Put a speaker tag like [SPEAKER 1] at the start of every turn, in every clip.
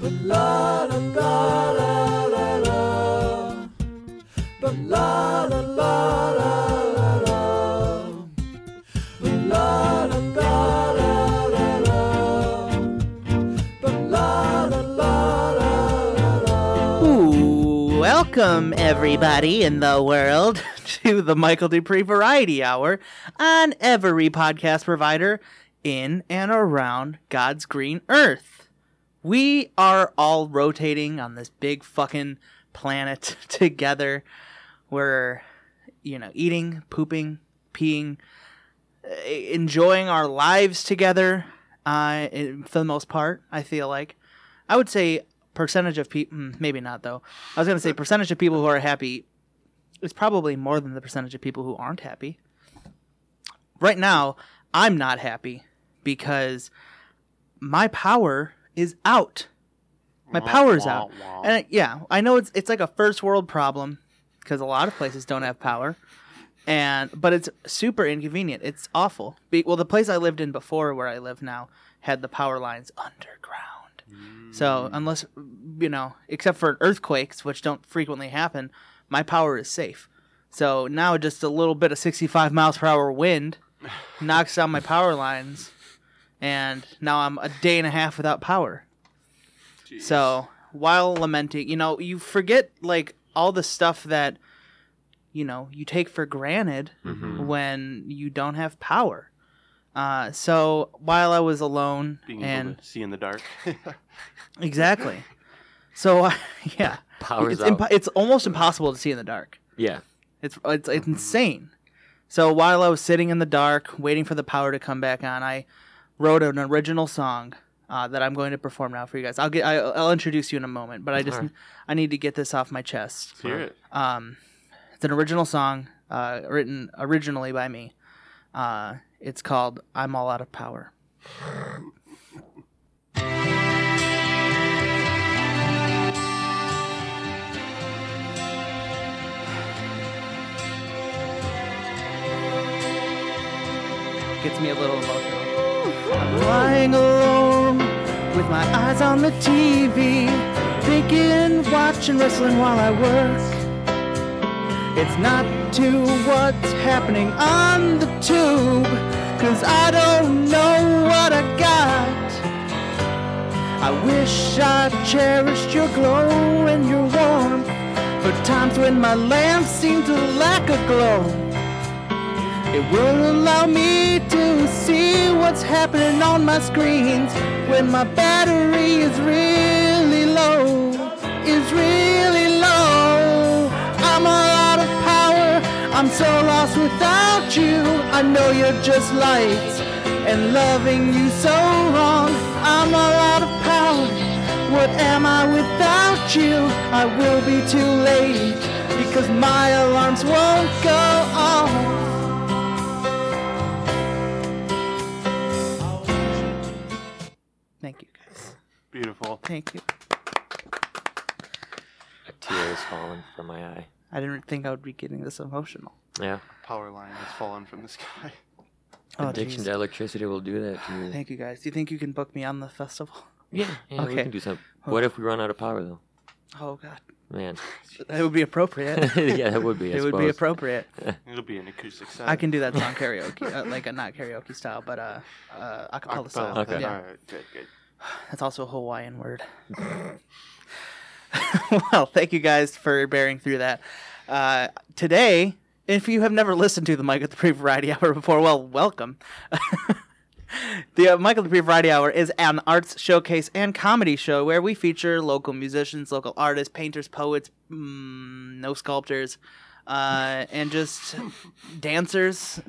[SPEAKER 1] la la la la la la. But la la la la la la. But la la la la la la. But la la la la la la.
[SPEAKER 2] Ooh, welcome everybody in the world to the Michael Dupree Variety Hour on every podcast provider in and around God's green earth. We are all rotating on this big fucking planet together. We're, you know, eating, pooping, peeing, eh, enjoying our lives together uh, in- for the most part, I feel like. I would say percentage of people, maybe not though. I was gonna say percentage of people who are happy is probably more than the percentage of people who aren't happy. Right now, I'm not happy because my power is out. My power's out, and I- yeah, I know it's it's like a first world problem because a lot of places don't have power, and but it's super inconvenient. It's awful. Be, well, the place I lived in before, where I live now, had the power lines underground.
[SPEAKER 3] Mm,
[SPEAKER 2] So unless you know, except for earthquakes, which don't frequently happen, my power is safe. So now just a little bit of 65 miles per hour wind knocks down my power lines, and now I'm a day and a half without power. So while lamenting, you know, you forget like all the stuff that you know you take for granted
[SPEAKER 3] Mm-hmm.
[SPEAKER 4] Mm-hmm.
[SPEAKER 2] when you don't have power. Uh, so while I was alone
[SPEAKER 3] Being
[SPEAKER 2] and
[SPEAKER 3] able to see in the dark.
[SPEAKER 2] Exactly. So uh, yeah,
[SPEAKER 4] Powers
[SPEAKER 2] it's,
[SPEAKER 4] out.
[SPEAKER 2] impo- it's almost impossible to see in the dark.
[SPEAKER 4] yeah.
[SPEAKER 2] It's it's, it's insane. So while I was sitting in the dark waiting for the power to come back on, I wrote an original song uh, that I'm going to perform now for you guys. I'll get I, I'll introduce you in a moment, but I just
[SPEAKER 4] Alright.
[SPEAKER 2] I need to get this off my chest.
[SPEAKER 3] Hear it.
[SPEAKER 2] Um, it's an original song uh, written originally by me. Uh, it's called "I'm All Out of Power." Gets me a little emotional. I'm lying alone with my eyes on the TV, thinking, watching wrestling while I work. It's not to what's happening on the tube, cause I don't know what I got. I wish I cherished your glow and your warmth, but times when my lamp seemed to lack a glow, it won't allow me to see what's happening on my screens when my battery is really low. Is really low. I'm all out of power. I'm so lost without you. I know you're just lights and loving you so wrong. I'm all out of power. What am I without you? I will be too late because my alarms won't go off. Thank you, guys.
[SPEAKER 3] Beautiful.
[SPEAKER 2] Thank you.
[SPEAKER 4] A tear is falling from my eye.
[SPEAKER 2] I didn't think I would be getting this emotional.
[SPEAKER 4] Yeah.
[SPEAKER 3] Power line has fallen from the sky.
[SPEAKER 2] Oh,
[SPEAKER 4] Addiction
[SPEAKER 2] jeez.
[SPEAKER 4] to electricity will do that to you.
[SPEAKER 2] Thank you, guys. Do you think you can book me on the festival?
[SPEAKER 4] yeah. yeah We
[SPEAKER 2] Okay.
[SPEAKER 4] can do something. What if we run out of power though?
[SPEAKER 2] Oh God,
[SPEAKER 4] Man.
[SPEAKER 2] that would be appropriate.
[SPEAKER 4] yeah, that would be. I
[SPEAKER 2] it would be
[SPEAKER 4] suppose.
[SPEAKER 2] appropriate.
[SPEAKER 3] It'll be an acoustic set.
[SPEAKER 2] I can do that song karaoke, uh, like a not karaoke style, but uh, uh, acapella style.
[SPEAKER 4] Okay.
[SPEAKER 2] Yeah.
[SPEAKER 3] All right. Good. Good.
[SPEAKER 2] That's also a Hawaiian word. well, thank you guys for bearing through that. Uh, today, if you have never listened to the Michael the Pre Variety Hour before, well, welcome. the uh, Michael the Pre Variety Hour is an arts showcase and comedy show where we feature local musicians, local artists, painters, poets, mm, no sculptors, uh, and just dancers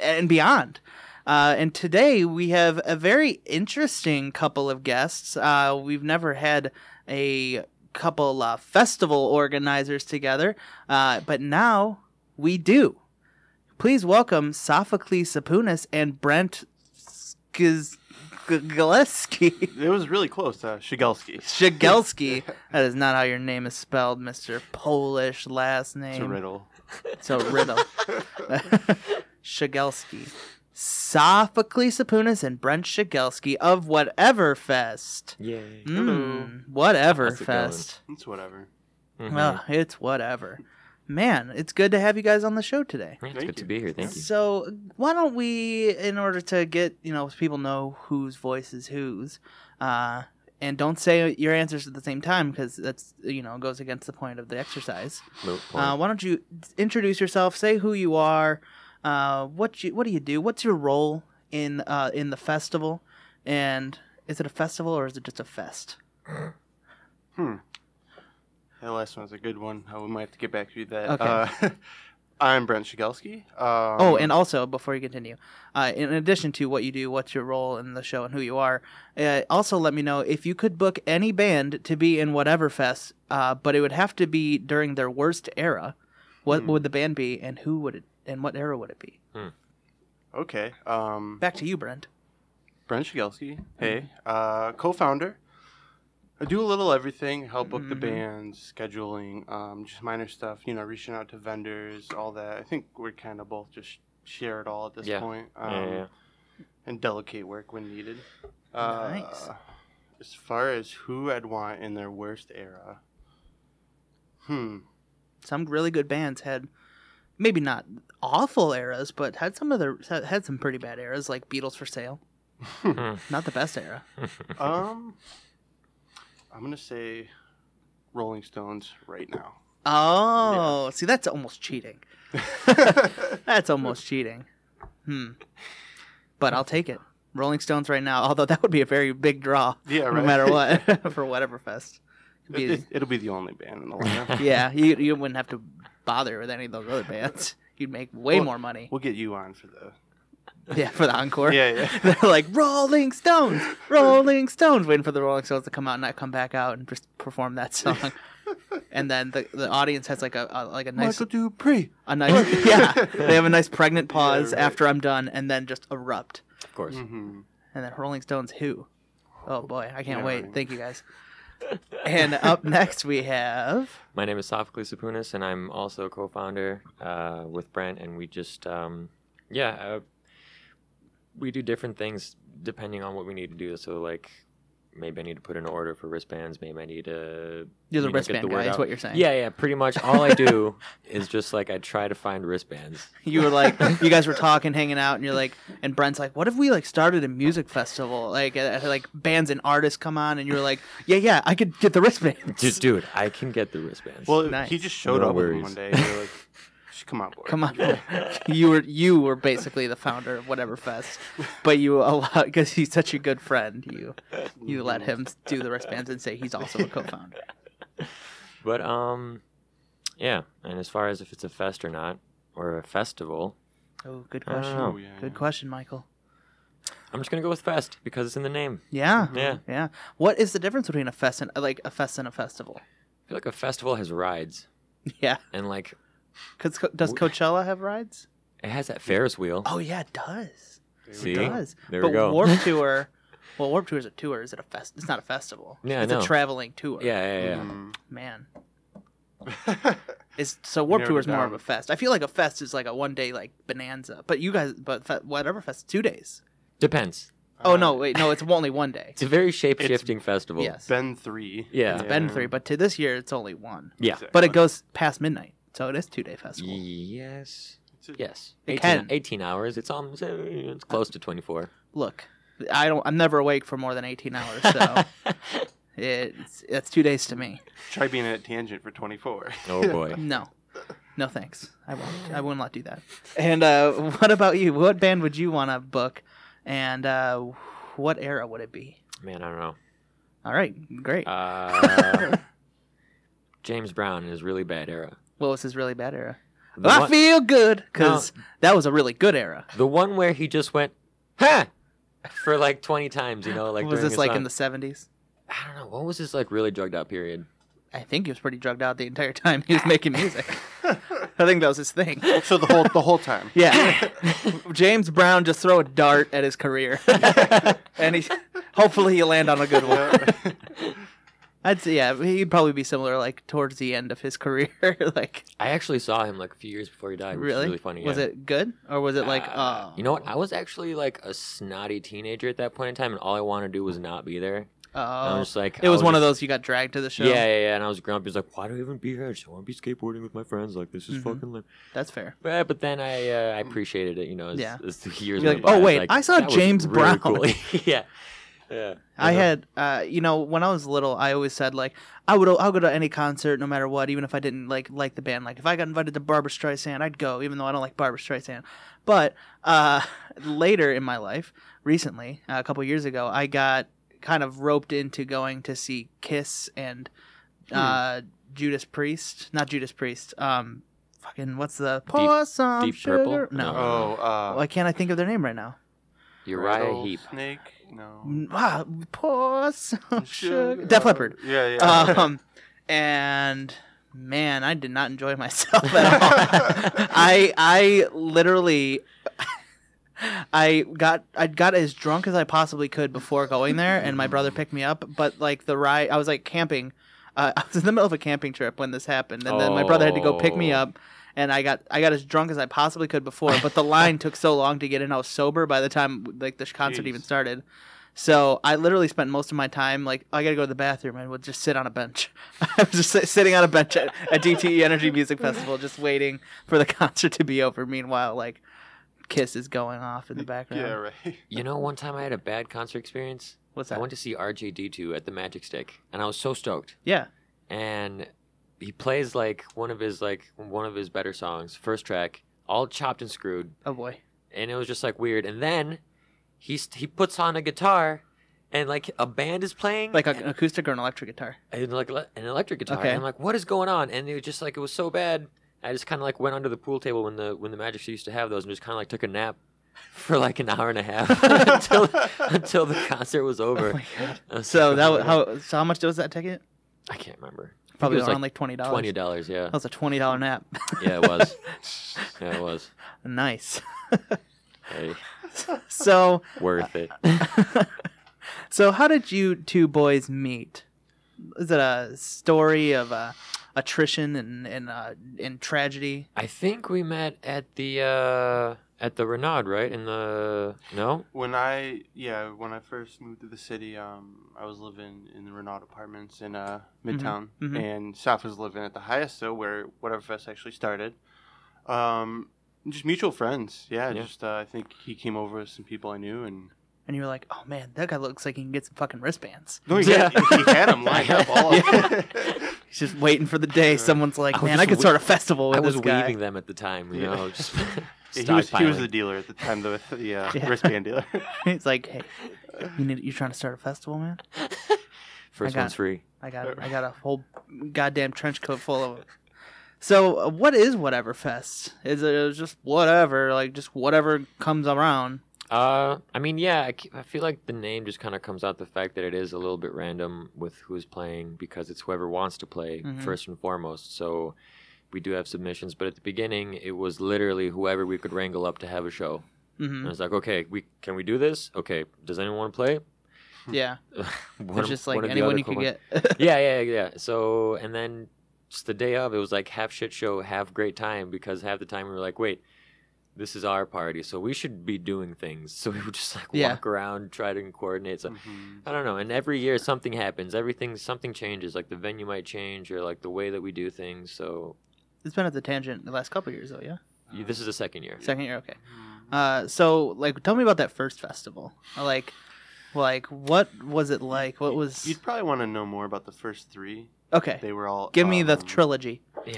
[SPEAKER 2] and beyond. Uh, and today we have a very interesting couple of guests. Uh, we've never had a couple uh, festival organizers together, uh, but now we do. Please welcome Sophocles Sapunas and Brent Skiz- G- Gillespie.
[SPEAKER 3] It was really close. Uh, Shigelski.
[SPEAKER 2] Shigelski. That is not how your name is spelled, Mr. Polish last
[SPEAKER 3] It's a
[SPEAKER 2] name.
[SPEAKER 3] riddle.
[SPEAKER 2] It's a riddle. Shigelski. Sophocles Sapunas and Brent Shigelski of Whatever Fest.
[SPEAKER 4] Yay.
[SPEAKER 2] Mm, whatever
[SPEAKER 4] How's it going? Mm-hmm.
[SPEAKER 2] Fest.
[SPEAKER 3] It's whatever.
[SPEAKER 2] Well, it's whatever. Man, it's good to have you guys on the show today.
[SPEAKER 4] it's
[SPEAKER 3] thank
[SPEAKER 4] good to
[SPEAKER 3] you.
[SPEAKER 4] be here. Thank you.
[SPEAKER 2] So why don't we, in order to get you know people know whose voice is whose, uh, and don't say your answers at the same time because that's you know goes against the point of the exercise.
[SPEAKER 4] Moot point.
[SPEAKER 2] Uh, why don't you introduce yourself, say who you are, uh, what you what do you do, what's your role in uh, in the festival, and is it a festival or is it just a fest?
[SPEAKER 3] Hmm. That last one was a good one. Uh, we might have to get back to you that.
[SPEAKER 2] Okay.
[SPEAKER 3] Uh, I'm Brent Shigelski. Um,
[SPEAKER 2] oh, and also before you continue, uh, in addition to what you do, what's your role in the show and who you are, uh, also let me know if you could book any band to be in whatever fest, uh, but it would have to be during their worst era. What
[SPEAKER 3] Hmm.
[SPEAKER 2] would the band be, and who would it, and what era would it be?
[SPEAKER 3] okay. Um,
[SPEAKER 2] Back to you, Brent.
[SPEAKER 3] Brent Shigelski. Hey, uh, co-founder. I do a little everything. Help book the
[SPEAKER 2] Mhm.
[SPEAKER 3] band, scheduling, um, just minor stuff. You know, reaching out to vendors, all that. I think we're kind of both just share it all at this
[SPEAKER 4] Yeah.
[SPEAKER 3] point. Um,
[SPEAKER 4] yeah, yeah.
[SPEAKER 3] And delegate work when needed.
[SPEAKER 2] Nice.
[SPEAKER 3] Uh, As far as who I'd want in their worst era. Hmm.
[SPEAKER 2] Some really good bands had, maybe not awful eras, but had some of their had- had some pretty bad eras, like Beatles for Sale.
[SPEAKER 3] Hmm.
[SPEAKER 2] Not the best era.
[SPEAKER 3] Um, I'm gonna say Rolling Stones right now.
[SPEAKER 2] Oh, see, that's almost cheating. That's almost cheating. Hmm. But I'll take it. Rolling Stones right now, although that would be a very big draw,
[SPEAKER 3] yeah, right.
[SPEAKER 2] no matter what, for whatever fest. Could
[SPEAKER 3] it,
[SPEAKER 2] be-
[SPEAKER 3] it, will be the only band in the lineup.
[SPEAKER 2] yeah, you you wouldn't have to bother with any of those other bands. You'd make way
[SPEAKER 3] Well-
[SPEAKER 2] more money.
[SPEAKER 3] We'll get you on for the.
[SPEAKER 2] Yeah, for the encore.
[SPEAKER 3] Yeah, yeah.
[SPEAKER 2] They're like Rolling Stones, Rolling Stones, waiting for the Rolling Stones to come out and not come back out and just perform that song. And then the, the audience has like a, a like a nice
[SPEAKER 3] Michael Dupree.
[SPEAKER 2] a nice yeah. They have a nice pregnant pause
[SPEAKER 3] right.
[SPEAKER 2] after I'm done, and then just erupt.
[SPEAKER 4] Of course.
[SPEAKER 3] Mm-hmm.
[SPEAKER 2] And then Rolling Stones Who. Oh boy, I can't
[SPEAKER 3] Yeah,
[SPEAKER 2] wait.
[SPEAKER 3] right.
[SPEAKER 2] Thank you guys. and up next we have
[SPEAKER 4] My name is Sophocles Sapunas, and I'm also a co-founder uh, with Brent, and we just, um, yeah, uh, we do different things depending on what we need to do. So, like, maybe I need to put in an order for wristbands. Maybe I need to
[SPEAKER 2] you're the
[SPEAKER 4] you know, get
[SPEAKER 2] wristband
[SPEAKER 4] word
[SPEAKER 2] guy. Is
[SPEAKER 4] out.
[SPEAKER 2] what you're saying?
[SPEAKER 4] Yeah, yeah. Pretty much all I do is just like I try to find wristbands.
[SPEAKER 2] You were like, you guys were talking, hanging out, and you're like, and Brent's like, what if we like started a music festival, like uh, like bands and artists come on, and you were like, yeah, yeah, I could get the wristband.
[SPEAKER 4] Just, dude, I can get the wristbands.
[SPEAKER 3] Well,
[SPEAKER 2] Nice.
[SPEAKER 3] he just showed
[SPEAKER 4] No
[SPEAKER 3] up with them
[SPEAKER 4] worries.
[SPEAKER 3] one day. And we were like, "Just come on board.
[SPEAKER 2] Come on, you were you were basically the founder of whatever fest, but you allowed because he's such a good friend. You you let him do the wristbands and say he's also a co-founder.
[SPEAKER 4] But um, yeah. And as far as if it's a fest or not, or a festival,
[SPEAKER 2] Oh, good
[SPEAKER 4] I don't
[SPEAKER 2] question.
[SPEAKER 4] know.
[SPEAKER 3] Oh, yeah,
[SPEAKER 2] Good
[SPEAKER 3] yeah.
[SPEAKER 2] question, Michael.
[SPEAKER 4] I'm just gonna go with fest because it's in the name.
[SPEAKER 2] Yeah,
[SPEAKER 4] Yeah.
[SPEAKER 2] yeah. What is the difference between a fest and like a fest and a festival?
[SPEAKER 4] I feel like a festival has rides,
[SPEAKER 2] Yeah,
[SPEAKER 4] and like
[SPEAKER 2] because does
[SPEAKER 4] W-
[SPEAKER 2] Coachella have rides?
[SPEAKER 4] it has that Ferris wheel.
[SPEAKER 2] Oh yeah, it does.
[SPEAKER 3] There we
[SPEAKER 4] See,
[SPEAKER 2] It
[SPEAKER 3] go.
[SPEAKER 2] does.
[SPEAKER 4] There
[SPEAKER 2] but
[SPEAKER 4] we go.
[SPEAKER 2] Warp Tour, well, Warp Tour is a tour. Is it a fest? It's not a festival.
[SPEAKER 4] Yeah, I
[SPEAKER 2] it's a
[SPEAKER 4] know.
[SPEAKER 2] traveling tour.
[SPEAKER 4] yeah, yeah, yeah.
[SPEAKER 2] Mm-hmm.
[SPEAKER 3] Mhm.
[SPEAKER 2] man.
[SPEAKER 3] Mhm.
[SPEAKER 2] Is so Warp
[SPEAKER 3] narrowed
[SPEAKER 2] Tour
[SPEAKER 3] it
[SPEAKER 2] is more of
[SPEAKER 3] down.
[SPEAKER 2] a fest. I feel like a fest is like a one day like bonanza. But you guys, but fe- whatever fest, it's two days.
[SPEAKER 4] Depends.
[SPEAKER 2] oh
[SPEAKER 3] Uh,
[SPEAKER 2] no, wait, no, it's only one day.
[SPEAKER 4] It's a very shape shifting festival.
[SPEAKER 2] Yes,
[SPEAKER 3] Ben three.
[SPEAKER 4] Yeah. It's
[SPEAKER 2] been three, but to this year it's only one.
[SPEAKER 4] Yeah.
[SPEAKER 3] Exactly.
[SPEAKER 2] But it goes past midnight, so it is two day festival.
[SPEAKER 4] Yes.
[SPEAKER 3] It's a-
[SPEAKER 4] Yes.
[SPEAKER 2] It
[SPEAKER 4] 18,
[SPEAKER 2] can.
[SPEAKER 4] 18 hours. It's almost. uh, It's close to 24.
[SPEAKER 2] Look, I don't. I'm never awake for more than 18 hours, so it's that's two days to me.
[SPEAKER 3] Try being at tangent for twenty four.
[SPEAKER 4] oh boy.
[SPEAKER 2] No, no thanks. I won't. I will not do that. And uh, what about you? What band would you want to book? And uh, what era would it be?
[SPEAKER 4] Man, I don't know.
[SPEAKER 2] All right, great.
[SPEAKER 4] Uh, James Brown is really bad era.
[SPEAKER 2] what was his really bad era?
[SPEAKER 4] The
[SPEAKER 2] I
[SPEAKER 4] one-
[SPEAKER 2] feel good because that was a really good era.
[SPEAKER 4] The one where he just went, ha, for like 20 times. You know, like
[SPEAKER 2] was
[SPEAKER 4] during uh,
[SPEAKER 2] this
[SPEAKER 4] a
[SPEAKER 2] like
[SPEAKER 4] song.
[SPEAKER 2] in the 70s?
[SPEAKER 4] I don't know. What was this like really drugged out period?
[SPEAKER 2] I think he was pretty drugged out the entire time he was making music. I think that was his thing.
[SPEAKER 3] so the whole the whole time.
[SPEAKER 2] Yeah. James Brown just throw a dart at his career. and he hopefully he land on a good one.
[SPEAKER 3] Yeah.
[SPEAKER 2] I'd say, yeah, he'd probably be similar, like towards the end of his career. like,
[SPEAKER 4] I actually saw him like a few years before he died, which
[SPEAKER 2] really,
[SPEAKER 4] was really funny.
[SPEAKER 2] Was
[SPEAKER 4] yeah.
[SPEAKER 2] it good or was it like,
[SPEAKER 4] Uh,
[SPEAKER 2] oh,
[SPEAKER 4] you know what? I was actually like a snotty teenager at that point in time, and all I wanted to do was not be there. And I
[SPEAKER 2] Oh,
[SPEAKER 4] was just like,
[SPEAKER 2] it
[SPEAKER 4] I
[SPEAKER 2] was one of
[SPEAKER 4] just-
[SPEAKER 2] those you got dragged to the show.
[SPEAKER 4] Yeah, yeah, yeah. And I was grumpy. I was like, why do I even be here? I just want to be skateboarding with my friends. Like, this is
[SPEAKER 2] Mhm.
[SPEAKER 4] fucking lame.
[SPEAKER 2] that's fair.
[SPEAKER 4] But, but then I uh, I appreciated it, you know, as,
[SPEAKER 2] Yeah.
[SPEAKER 4] as the years
[SPEAKER 2] You're like,
[SPEAKER 4] went by.
[SPEAKER 2] "Oh,
[SPEAKER 4] was
[SPEAKER 2] wait, I saw
[SPEAKER 4] that was
[SPEAKER 2] James
[SPEAKER 4] really
[SPEAKER 2] Brown."
[SPEAKER 4] cool. yeah. Yeah.
[SPEAKER 2] I
[SPEAKER 4] know.
[SPEAKER 2] had, uh, you know, when I was little, I always said like I would, I'll go to any concert no matter what, even if I didn't like like the band. Like if I got invited to Barbara Streisand, I'd go, even though I don't like Barbara Streisand. But uh, later in my life, recently, uh, a couple years ago, I got kind of roped into going to see Kiss and uh, Judas Priest, not Judas Priest. Um, fucking what's the pour some
[SPEAKER 4] Deep
[SPEAKER 2] sugar?
[SPEAKER 4] Purple?
[SPEAKER 2] No,
[SPEAKER 4] No.
[SPEAKER 3] Oh, uh,
[SPEAKER 2] why can't I think of their name right now?
[SPEAKER 4] Uriah Heep.
[SPEAKER 3] Snake? No.
[SPEAKER 2] Mm, Ah, pour some sugar.
[SPEAKER 3] Sugar.
[SPEAKER 2] Def Leppard.
[SPEAKER 3] Yeah, yeah.
[SPEAKER 2] um, and man, I did not enjoy myself at all. I I literally. I got I got as drunk as I possibly could before going there, and my brother picked me up. But like the ride, I was like camping. Uh, I was in the middle of a camping trip when this happened, and then my brother had to go pick me
[SPEAKER 4] Oh.
[SPEAKER 2] up, and I got I got as drunk as I possibly could before. But the line took so long to get in, I was sober by the time like the concert
[SPEAKER 3] Jeez.
[SPEAKER 2] even started. So I literally spent most of my time like I gotta go to the bathroom and would just sit on a bench. I was just sit- sitting on a bench at, at DTE Energy Music Festival, just waiting for the concert to be over. Meanwhile, like Kiss is going off in the background.
[SPEAKER 3] yeah, right.
[SPEAKER 4] You know, one time I had a bad concert experience.
[SPEAKER 2] What's
[SPEAKER 4] I
[SPEAKER 2] that?
[SPEAKER 4] went to see RJD2 at the Magic Stick, and I was so stoked.
[SPEAKER 2] yeah.
[SPEAKER 4] And he plays like one of his like one of his better songs, first track, all chopped and screwed,
[SPEAKER 2] Oh boy.
[SPEAKER 4] and it was just like weird. And then he st- he puts on a guitar, and like a band is playing,
[SPEAKER 2] Like a,
[SPEAKER 4] and-
[SPEAKER 2] an acoustic or an electric guitar.
[SPEAKER 4] and like le- an electric guitar.
[SPEAKER 2] Okay.
[SPEAKER 4] And I'm like, what is going on? And it was just like it was so bad. I just kind of like went under the pool table when the when the Magic used to have those, and just kind of like took a nap for like an hour and a half until until the concert was over.
[SPEAKER 2] my God.
[SPEAKER 4] I was
[SPEAKER 2] So
[SPEAKER 4] like,
[SPEAKER 2] that
[SPEAKER 4] "Oh
[SPEAKER 2] was,
[SPEAKER 4] my
[SPEAKER 2] how so how much was that ticket?
[SPEAKER 4] God." I can't remember. I think
[SPEAKER 2] Probably
[SPEAKER 4] it was
[SPEAKER 2] around
[SPEAKER 4] like
[SPEAKER 2] like twenty dollars.
[SPEAKER 4] twenty
[SPEAKER 2] That
[SPEAKER 4] dollars. Yeah,
[SPEAKER 2] was a twenty dollar nap.
[SPEAKER 4] yeah, it was. yeah, it was.
[SPEAKER 2] nice.
[SPEAKER 4] Hey,
[SPEAKER 2] So
[SPEAKER 4] worth it.
[SPEAKER 2] so how did you two boys meet? Is it a story of uh, attrition and and uh, and tragedy?
[SPEAKER 4] I think we met at the uh at the Renaud, right? In the no.
[SPEAKER 3] When I yeah, when I first moved to the city, um, I was living in the Renault apartments in uh, Midtown,
[SPEAKER 2] mhm.
[SPEAKER 3] and South was living at the Hyacinthe, where Whatever Fest actually started. Um, just mutual friends, yeah.
[SPEAKER 4] Yeah.
[SPEAKER 3] Just uh, I think he came over with some people I knew, and
[SPEAKER 2] And you were like, oh man, that guy looks like he can get some fucking wristbands.
[SPEAKER 3] no, he,
[SPEAKER 4] Yeah.
[SPEAKER 3] had, he had them lined up all. Up.
[SPEAKER 2] He's just waiting for the day someone's like,
[SPEAKER 4] I was
[SPEAKER 2] man, I
[SPEAKER 4] just
[SPEAKER 2] could
[SPEAKER 4] we-
[SPEAKER 2] start a festival with
[SPEAKER 4] I was
[SPEAKER 2] this guy.
[SPEAKER 4] weaving them at the time, you
[SPEAKER 3] Yeah.
[SPEAKER 4] know. Just
[SPEAKER 3] he was he was
[SPEAKER 4] stockpiling.
[SPEAKER 3] the dealer at the time, the the uh,
[SPEAKER 2] Yeah.
[SPEAKER 3] wristband dealer.
[SPEAKER 2] He's like, hey, you need, you trying to start a festival, man? I
[SPEAKER 4] First
[SPEAKER 2] got-
[SPEAKER 4] one's free.
[SPEAKER 2] I got I got a whole goddamn trench coat full of them. So uh, what is whatever fest? Is it, it was just whatever, like just whatever comes around?
[SPEAKER 4] Uh, I mean, yeah, I, ke- I feel like the name just kind of comes out the fact that it is a little bit random with who's playing because it's whoever wants to play
[SPEAKER 3] Mm-hmm.
[SPEAKER 2] Mhm.
[SPEAKER 4] first and foremost. So we do have submissions, but at the beginning, it was literally whoever we could wrangle up to have a show.
[SPEAKER 3] Mm-hmm.
[SPEAKER 2] hmm
[SPEAKER 4] And it's like, okay, we can we do this? Okay, does anyone want to play? Mm-hmm.
[SPEAKER 2] Yeah,
[SPEAKER 4] One
[SPEAKER 2] it's
[SPEAKER 4] of-
[SPEAKER 2] just
[SPEAKER 4] one
[SPEAKER 2] like
[SPEAKER 4] of the
[SPEAKER 2] anyone
[SPEAKER 4] other
[SPEAKER 2] you could
[SPEAKER 4] co-
[SPEAKER 2] get.
[SPEAKER 4] yeah, yeah, yeah. So and then just the day of, it was like half shit show, half great time because half the time we were like, wait, this is our party, so we should be doing things. So we would just like
[SPEAKER 2] Yeah.
[SPEAKER 4] walk around, try to coordinate. So
[SPEAKER 3] Mhm.
[SPEAKER 4] I don't know. And every year something happens. Everything something changes. Like the venue might change or like the way that we do things. So
[SPEAKER 2] it's been at the tangent the last couple years, though. Yeah,
[SPEAKER 4] you, this is the second year.
[SPEAKER 2] second year, okay.
[SPEAKER 3] Mm-hmm.
[SPEAKER 2] Uh, so like, tell me about that first festival. Like, like what was it like? What was
[SPEAKER 3] You'd probably want to know more about the first three.
[SPEAKER 2] okay?
[SPEAKER 3] They were all.
[SPEAKER 2] Give me the
[SPEAKER 3] um,
[SPEAKER 2] trilogy,
[SPEAKER 4] Yeah.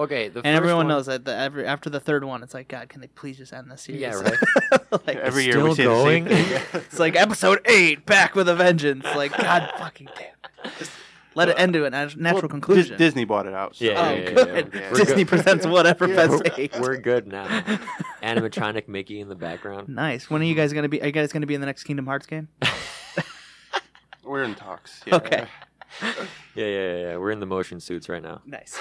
[SPEAKER 4] okay, the
[SPEAKER 2] and
[SPEAKER 4] first
[SPEAKER 2] everyone
[SPEAKER 4] one-
[SPEAKER 2] knows that the, every after the third one, it's like, God, can they please just end this series?
[SPEAKER 4] Yeah, right.
[SPEAKER 2] like,
[SPEAKER 3] Every
[SPEAKER 4] it's
[SPEAKER 3] year we say the
[SPEAKER 4] still
[SPEAKER 3] same
[SPEAKER 4] going.
[SPEAKER 3] thing.
[SPEAKER 2] It's like episode eight, back with a vengeance. Like God fucking damn. it. Just let it end to a nat- natural
[SPEAKER 3] Well, Dis-
[SPEAKER 2] conclusion.
[SPEAKER 3] Disney bought it out. so-
[SPEAKER 4] Yeah,
[SPEAKER 2] oh,
[SPEAKER 4] yeah, yeah, yeah,
[SPEAKER 2] good.
[SPEAKER 3] yeah.
[SPEAKER 4] We're
[SPEAKER 2] Disney
[SPEAKER 4] good.
[SPEAKER 2] presents whatever
[SPEAKER 3] Yeah.
[SPEAKER 2] best
[SPEAKER 4] We're-
[SPEAKER 2] eight.
[SPEAKER 4] We're good now. Animatronic Mickey in the background.
[SPEAKER 2] Nice. When are you guys gonna be? Are you guys gonna be in the next Kingdom Hearts game?
[SPEAKER 3] We're in talks. yeah.
[SPEAKER 2] Okay.
[SPEAKER 4] Yeah, yeah, yeah, yeah. We're in the motion suits right now.
[SPEAKER 2] Nice.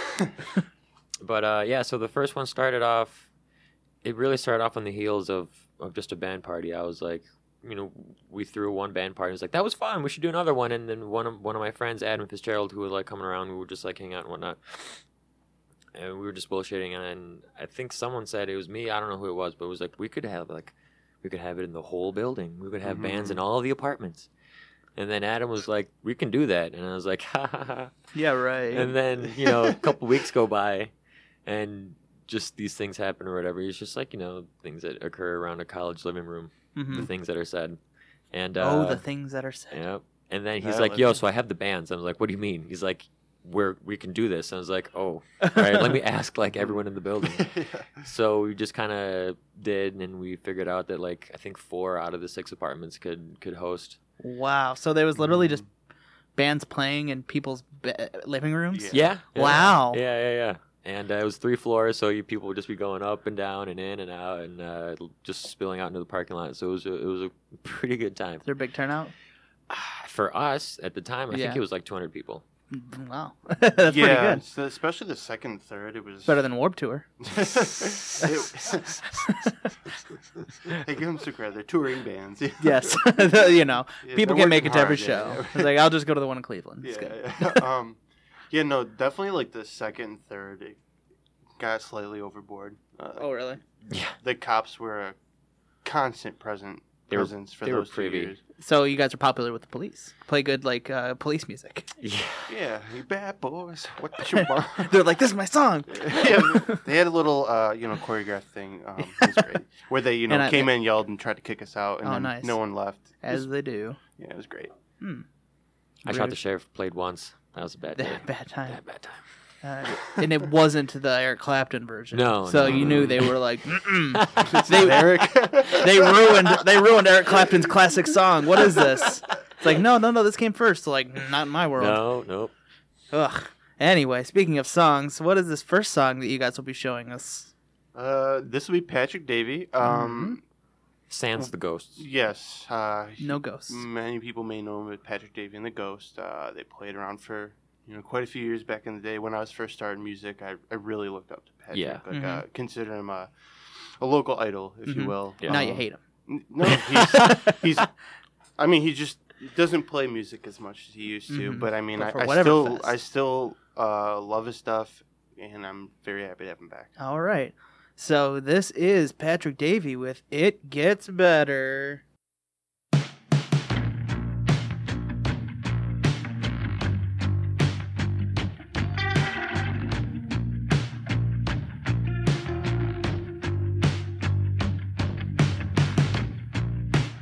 [SPEAKER 4] But uh, yeah, so the first one started off. It really started off on the heels of of just a band party. I was like, you know, we threw one band party. It was like that was fun. We should do another one. And then one of one of my friends, Adam Fitzgerald, who was like coming around, we would just like hang out and whatnot. And we were just bullshitting. And I think someone said it was me. I don't know who it was, but it was like we could have like we could have it in the whole building. We could have bands in all the apartments. And then Adam was like, "We can do that." And I was like, "Ha ha ha."
[SPEAKER 2] Yeah, right.
[SPEAKER 4] and then you know a couple weeks go by and just these things happen or whatever it's just like you know things that occur around a college living room
[SPEAKER 2] Mhm.
[SPEAKER 4] the things that are said and uh
[SPEAKER 2] oh, the things that are said.
[SPEAKER 4] yep. and then he's
[SPEAKER 3] That
[SPEAKER 4] like
[SPEAKER 3] was-
[SPEAKER 4] yo so i have the bands i was like what do you mean he's like we're we can do this and i was like oh all right let me ask like everyone in the building so we just kind of did and we figured out that like i think four out of the six apartments could could host
[SPEAKER 2] Wow. So there was literally just
[SPEAKER 4] Mm.
[SPEAKER 2] bands playing in people's be- living rooms.
[SPEAKER 3] Yeah.
[SPEAKER 4] Yeah. yeah.
[SPEAKER 2] Wow.
[SPEAKER 4] Yeah, yeah, yeah. And uh, it was three floors, so you people would just be going up and down and in and out and uh, just spilling out into the parking lot. So it was a, it was a pretty good time
[SPEAKER 2] Is there a big turnout?
[SPEAKER 4] for us at the time. I
[SPEAKER 2] Yeah.
[SPEAKER 4] think it was like 200 people.
[SPEAKER 2] Mm, Wow, that's
[SPEAKER 3] yeah,
[SPEAKER 2] pretty good.
[SPEAKER 3] so especially the second, and third. It was
[SPEAKER 2] Better than Warp Tour.
[SPEAKER 3] it, hey, give them some credit. They're touring bands.
[SPEAKER 2] Yes, you know
[SPEAKER 3] Yeah,
[SPEAKER 2] people
[SPEAKER 3] they're
[SPEAKER 2] can make it
[SPEAKER 3] working
[SPEAKER 2] to every
[SPEAKER 3] hard,
[SPEAKER 2] show.
[SPEAKER 3] yeah, yeah.
[SPEAKER 2] It's like I'll just go to the one in Cleveland. It's good.
[SPEAKER 3] yeah, yeah. um, yeah, no, definitely like the second, and third, it got slightly overboard. Uh,
[SPEAKER 2] Oh really?
[SPEAKER 4] Yeah.
[SPEAKER 3] The cops were a constant present
[SPEAKER 4] They were-
[SPEAKER 3] presence for
[SPEAKER 4] they were
[SPEAKER 3] those two
[SPEAKER 4] privy.
[SPEAKER 3] years.
[SPEAKER 2] So you guys are popular with the police. Play good like uh, police music.
[SPEAKER 4] Yeah.
[SPEAKER 3] Yeah, you bad boys. What you want?
[SPEAKER 2] They're like, this is my song.
[SPEAKER 3] yeah, they had a little, uh, you know, choreographed thing. Um, it was great, where they, you know,
[SPEAKER 2] And I-
[SPEAKER 3] came in, yelled, and tried to kick us out, and
[SPEAKER 2] Oh,
[SPEAKER 3] then
[SPEAKER 2] nice.
[SPEAKER 3] no one left. It
[SPEAKER 2] As
[SPEAKER 3] was-
[SPEAKER 2] they do.
[SPEAKER 3] yeah, it was great.
[SPEAKER 4] I shot
[SPEAKER 2] Weird.
[SPEAKER 4] the sheriff, played once. That was a bad day.
[SPEAKER 2] That bad time.
[SPEAKER 4] Bad, bad time.
[SPEAKER 2] Uh, and it wasn't the Eric Clapton version.
[SPEAKER 4] No,
[SPEAKER 2] So
[SPEAKER 4] no,
[SPEAKER 2] you
[SPEAKER 4] no,
[SPEAKER 2] knew
[SPEAKER 4] no.
[SPEAKER 2] they were like, Mm-mm.
[SPEAKER 3] They,
[SPEAKER 2] they they ruined they ruined Eric Clapton's classic song. What is this? It's like no no no this came first. Like not in my world.
[SPEAKER 4] No, nope.
[SPEAKER 2] Ugh. Anyway, speaking of songs, what is this first song that you guys will be showing us?
[SPEAKER 3] uh, this will be Patrick Davy. Um,
[SPEAKER 4] Sans the ghosts.
[SPEAKER 3] Yes. Uh,
[SPEAKER 2] Mm-hmm. No ghosts.
[SPEAKER 3] Many people may know him as Patrick Davy and the Ghost. Uh, they played around for you know quite a few years back in the day. When I was first starting music, I, I really looked up to Patrick.
[SPEAKER 4] Yeah.
[SPEAKER 3] Like, uh,
[SPEAKER 2] Mhm.
[SPEAKER 3] consider him a, a local idol, if
[SPEAKER 2] Mhm.
[SPEAKER 3] you will.
[SPEAKER 4] Yeah.
[SPEAKER 2] Now
[SPEAKER 3] Um,
[SPEAKER 2] you hate him.
[SPEAKER 3] n- No, he's, he's. I mean, he just doesn't play music as much as he used to.
[SPEAKER 2] Mhm.
[SPEAKER 3] But I mean,
[SPEAKER 2] But
[SPEAKER 3] I,
[SPEAKER 2] for
[SPEAKER 3] I
[SPEAKER 2] whatever
[SPEAKER 3] still
[SPEAKER 2] fest.
[SPEAKER 3] I still uh, love his stuff, and I'm very happy to have him back.
[SPEAKER 2] All right. So this is Patrick Davy with It Gets Better.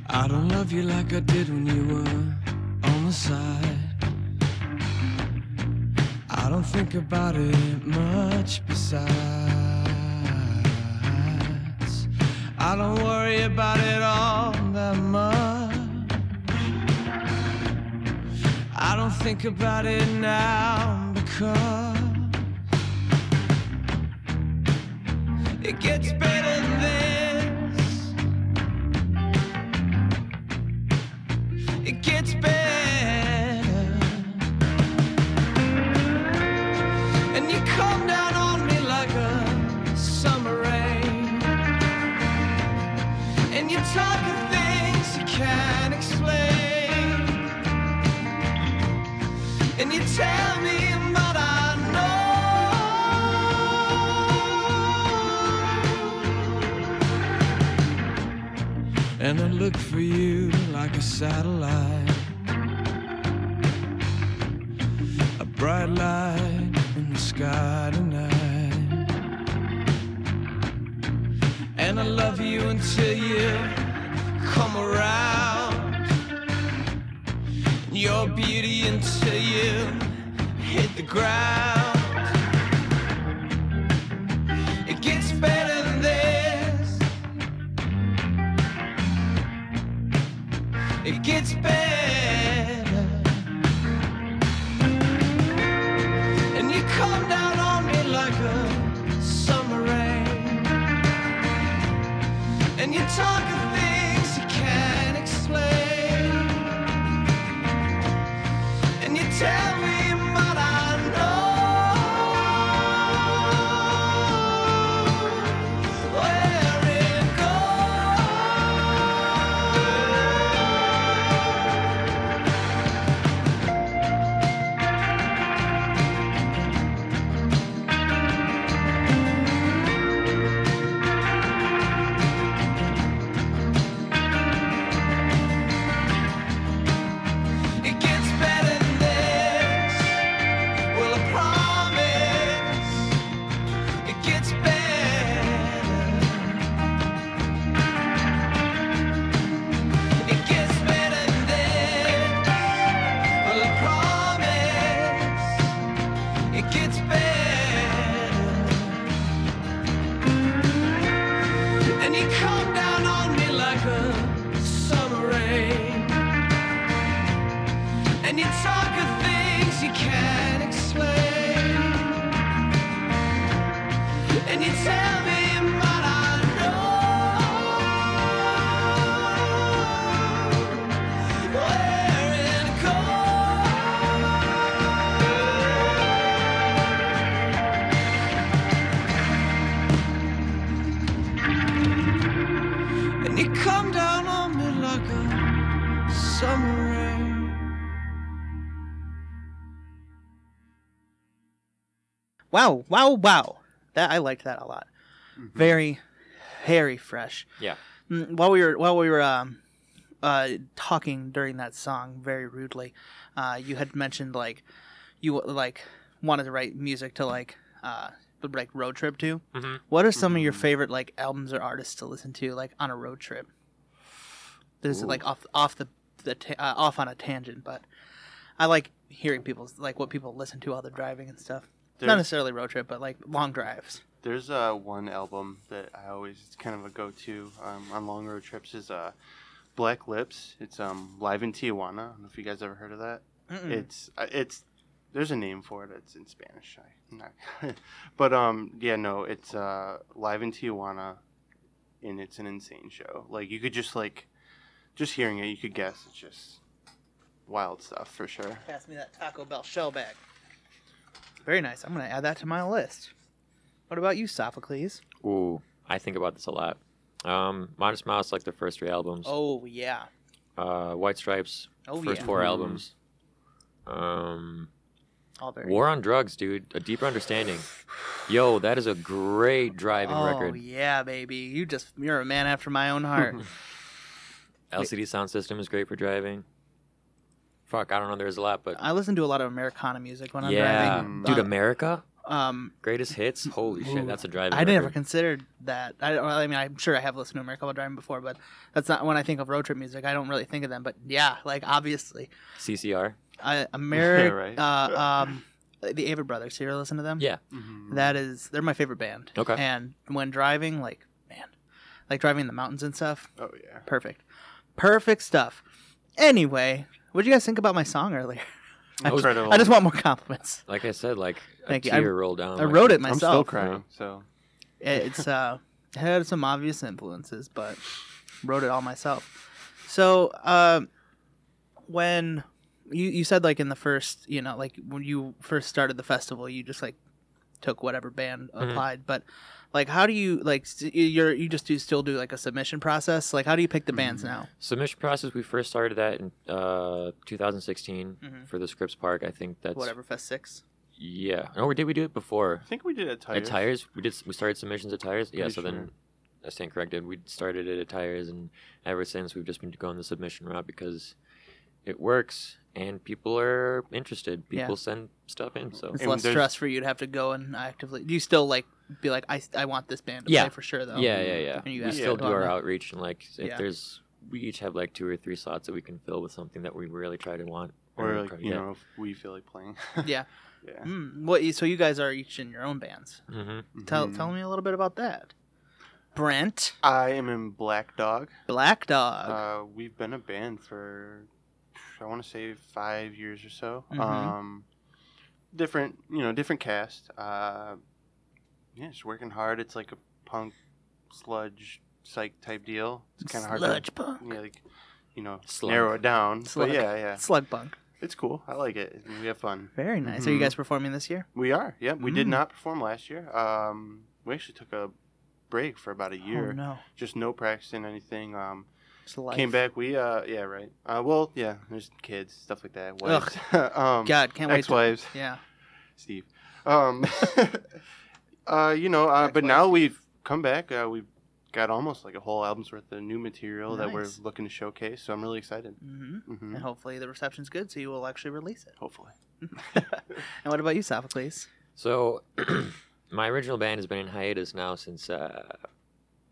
[SPEAKER 5] I don't love you like I did when you were on the side. I don't think about it much besides. I don't worry about it all that much. I don't think about it now because. It gets better than this. It gets better. And you come down on me like a summer rain. And you talk of things you can't explain. And you tell me what I know. And I look for you like a satellite. A bright light in the sky tonight. And I love you until you come around. Your beauty until you hit the ground. It gets better than this. it gets better. And you come down on me like a summer rain. And you talk of things you can't explain. And you tell me what I know. Where it goes. and you talk of things you can't explain. And you tell me what I know. Where it goes. And you come down on me like a summer rain.
[SPEAKER 2] Wow, wow, wow. That I liked that a lot. Very, very fresh.
[SPEAKER 4] Yeah.
[SPEAKER 2] Mm, While we were while we were um, uh, talking during that song, very rudely, uh, you had mentioned like you like wanted to write music to like uh, like road trip to.
[SPEAKER 4] Mhm.
[SPEAKER 2] What are some of your favorite like albums or artists to listen to like on a road trip? This is like off off the the ta- uh, off on a tangent, but I like hearing people's like what people listen to while they're driving and stuff not
[SPEAKER 3] There's,
[SPEAKER 2] necessarily road trip, but like long drives.
[SPEAKER 3] there's uh, one album that I always it's kind of a go-to um, on long road trips is uh, Black Lips. It's um, live in Tijuana. I don't know if you guys ever heard of that.
[SPEAKER 2] Mm.
[SPEAKER 3] It's uh, it's there's a name for it. It's in Spanish. I, not, but um yeah no it's uh live in Tijuana, and it's an insane show. Like you could just like, just hearing it you could guess it's just wild stuff for sure.
[SPEAKER 2] Pass me that Taco Bell shell bag. Very nice. I'm gonna add that to my list. What about you, Sophocles?
[SPEAKER 4] Ooh, I think about this a lot. Um, Modest Mouse, like their first three albums.
[SPEAKER 2] Oh yeah.
[SPEAKER 4] Uh, White Stripes,
[SPEAKER 2] Oh
[SPEAKER 4] first
[SPEAKER 2] yeah.
[SPEAKER 4] four
[SPEAKER 3] Mhm.
[SPEAKER 4] albums. Um,
[SPEAKER 2] All very.
[SPEAKER 4] War on Drugs, dude. A Deeper Understanding. Yo, that is a great driving
[SPEAKER 2] oh
[SPEAKER 4] record.
[SPEAKER 2] yeah, baby. You just you're a man after my own heart.
[SPEAKER 4] LCD sound system is great for driving. Fuck, I don't know. There's a lot, but
[SPEAKER 2] I listen to a lot of Americana music when I'm
[SPEAKER 4] yeah,
[SPEAKER 2] driving.
[SPEAKER 4] dude,
[SPEAKER 2] Uh,
[SPEAKER 4] America,
[SPEAKER 2] um,
[SPEAKER 4] greatest hits. Holy shit, that's a driving.
[SPEAKER 2] I never
[SPEAKER 4] record.
[SPEAKER 2] considered that. I, don't- I mean, I'm sure I have listened to Americana while driving before, but that's not when I think of road trip music. I don't really think of them, but yeah, like obviously,
[SPEAKER 4] CCR.
[SPEAKER 2] I Ameri-
[SPEAKER 3] right.
[SPEAKER 2] uh, um, the Ava Brothers. You ever listen to them?
[SPEAKER 4] Yeah.
[SPEAKER 2] That is, they're my favorite band.
[SPEAKER 4] Okay.
[SPEAKER 2] And when driving, like, man, like driving in the mountains and stuff,
[SPEAKER 3] Oh yeah.
[SPEAKER 2] perfect. Perfect stuff. Anyway, what'd you guys think about my song earlier?
[SPEAKER 4] I was-
[SPEAKER 3] Incredible.
[SPEAKER 2] I just want more compliments.
[SPEAKER 4] Like I said, like a
[SPEAKER 2] Thank you. I-
[SPEAKER 4] tear rolled down.
[SPEAKER 2] I
[SPEAKER 4] my
[SPEAKER 2] wrote it
[SPEAKER 4] cheek.
[SPEAKER 3] I'm still
[SPEAKER 2] myself.
[SPEAKER 3] crying. So
[SPEAKER 2] it's, uh, it had some obvious influences, but wrote it all myself. So, uh, when you, you said like in the first, you know, like when you first started the festival, you just like took whatever band
[SPEAKER 4] Mhm.
[SPEAKER 2] applied, but like, how do you like, s- you're, you just do still do like a submission process? Like, how do you pick the bands
[SPEAKER 4] Mm-hmm.
[SPEAKER 2] now?
[SPEAKER 4] Submission process. We first started that in uh, 2016
[SPEAKER 2] Mhm.
[SPEAKER 4] for the Scripps Park. I think that's
[SPEAKER 2] Whatever Fest Six.
[SPEAKER 4] Yeah. No, we did we do it before
[SPEAKER 3] I think we did a tire.
[SPEAKER 4] at tires? We did. We started submissions at tires. Yeah.
[SPEAKER 3] Pretty
[SPEAKER 4] So then,
[SPEAKER 3] sure.
[SPEAKER 4] I stand corrected. We started it at tires, and ever since we've just been going the submission route because it works and people are interested.
[SPEAKER 2] Yeah.
[SPEAKER 4] People send stuff in. So
[SPEAKER 2] It's
[SPEAKER 3] And
[SPEAKER 2] less
[SPEAKER 3] there's-
[SPEAKER 2] stress for you to have to go and actively. Do you still like be like, I, I want this band to
[SPEAKER 4] Yeah.
[SPEAKER 2] play for sure though?
[SPEAKER 4] yeah, yeah, yeah.
[SPEAKER 2] And you
[SPEAKER 4] We
[SPEAKER 2] guys
[SPEAKER 4] still
[SPEAKER 2] go on
[SPEAKER 4] do our
[SPEAKER 2] that.
[SPEAKER 4] outreach and like if
[SPEAKER 2] Yeah.
[SPEAKER 4] there's we each have like two or three slots that we can fill with something that we really try to want.
[SPEAKER 3] or
[SPEAKER 4] really
[SPEAKER 3] like
[SPEAKER 4] try to
[SPEAKER 3] you
[SPEAKER 4] get.
[SPEAKER 3] know if we feel like playing.
[SPEAKER 2] Yeah.
[SPEAKER 3] yeah.
[SPEAKER 2] Mm, what? So you guys are each in your own bands.
[SPEAKER 4] Mhm.
[SPEAKER 2] Tell
[SPEAKER 3] Mhm.
[SPEAKER 2] tell me a little bit about that. Brent
[SPEAKER 3] I am in Black Dog.
[SPEAKER 2] Black Dog.
[SPEAKER 3] Uh, we've been a band for I want to say five years or so.
[SPEAKER 2] Mhm.
[SPEAKER 3] Um, different, you know, different cast. Uh, yeah, just working hard. It's like a punk sludge psych type deal. It's kind of hard.
[SPEAKER 2] sludge
[SPEAKER 3] To,
[SPEAKER 2] punk.
[SPEAKER 3] yeah, like you know,
[SPEAKER 4] Slug.
[SPEAKER 3] narrow it down.
[SPEAKER 2] Slug.
[SPEAKER 3] But yeah, yeah,
[SPEAKER 2] Slug punk.
[SPEAKER 3] it's cool. I like it. We have fun.
[SPEAKER 2] Very nice. Are you
[SPEAKER 3] Mhm.
[SPEAKER 2] guys performing this year?
[SPEAKER 3] We are. Yeah, we did
[SPEAKER 2] Mm.
[SPEAKER 3] not perform last year. Um, we actually took a break for about a year.
[SPEAKER 2] Oh no.
[SPEAKER 3] Just no practicing anything. Um,
[SPEAKER 2] It's life.
[SPEAKER 3] came back. We uh, yeah, right. Uh, well, yeah. There's kids, stuff like that.
[SPEAKER 2] Ugh.
[SPEAKER 3] Wives. um,
[SPEAKER 2] God, can't wait. To,
[SPEAKER 3] ex-wives.
[SPEAKER 2] yeah.
[SPEAKER 3] Steve. Um, uh, you know. Uh, but
[SPEAKER 2] Ex-wives.
[SPEAKER 3] now we've come back. Uh, we've got almost like a whole album's worth of new material that we're
[SPEAKER 2] Nice.
[SPEAKER 3] looking to showcase. So I'm really excited.
[SPEAKER 2] hmm
[SPEAKER 3] hmm
[SPEAKER 2] And hopefully the reception's good, so you will actually release it.
[SPEAKER 3] Hopefully.
[SPEAKER 2] And what about you, Sophocles?
[SPEAKER 4] So my original band has been in hiatus now since uh,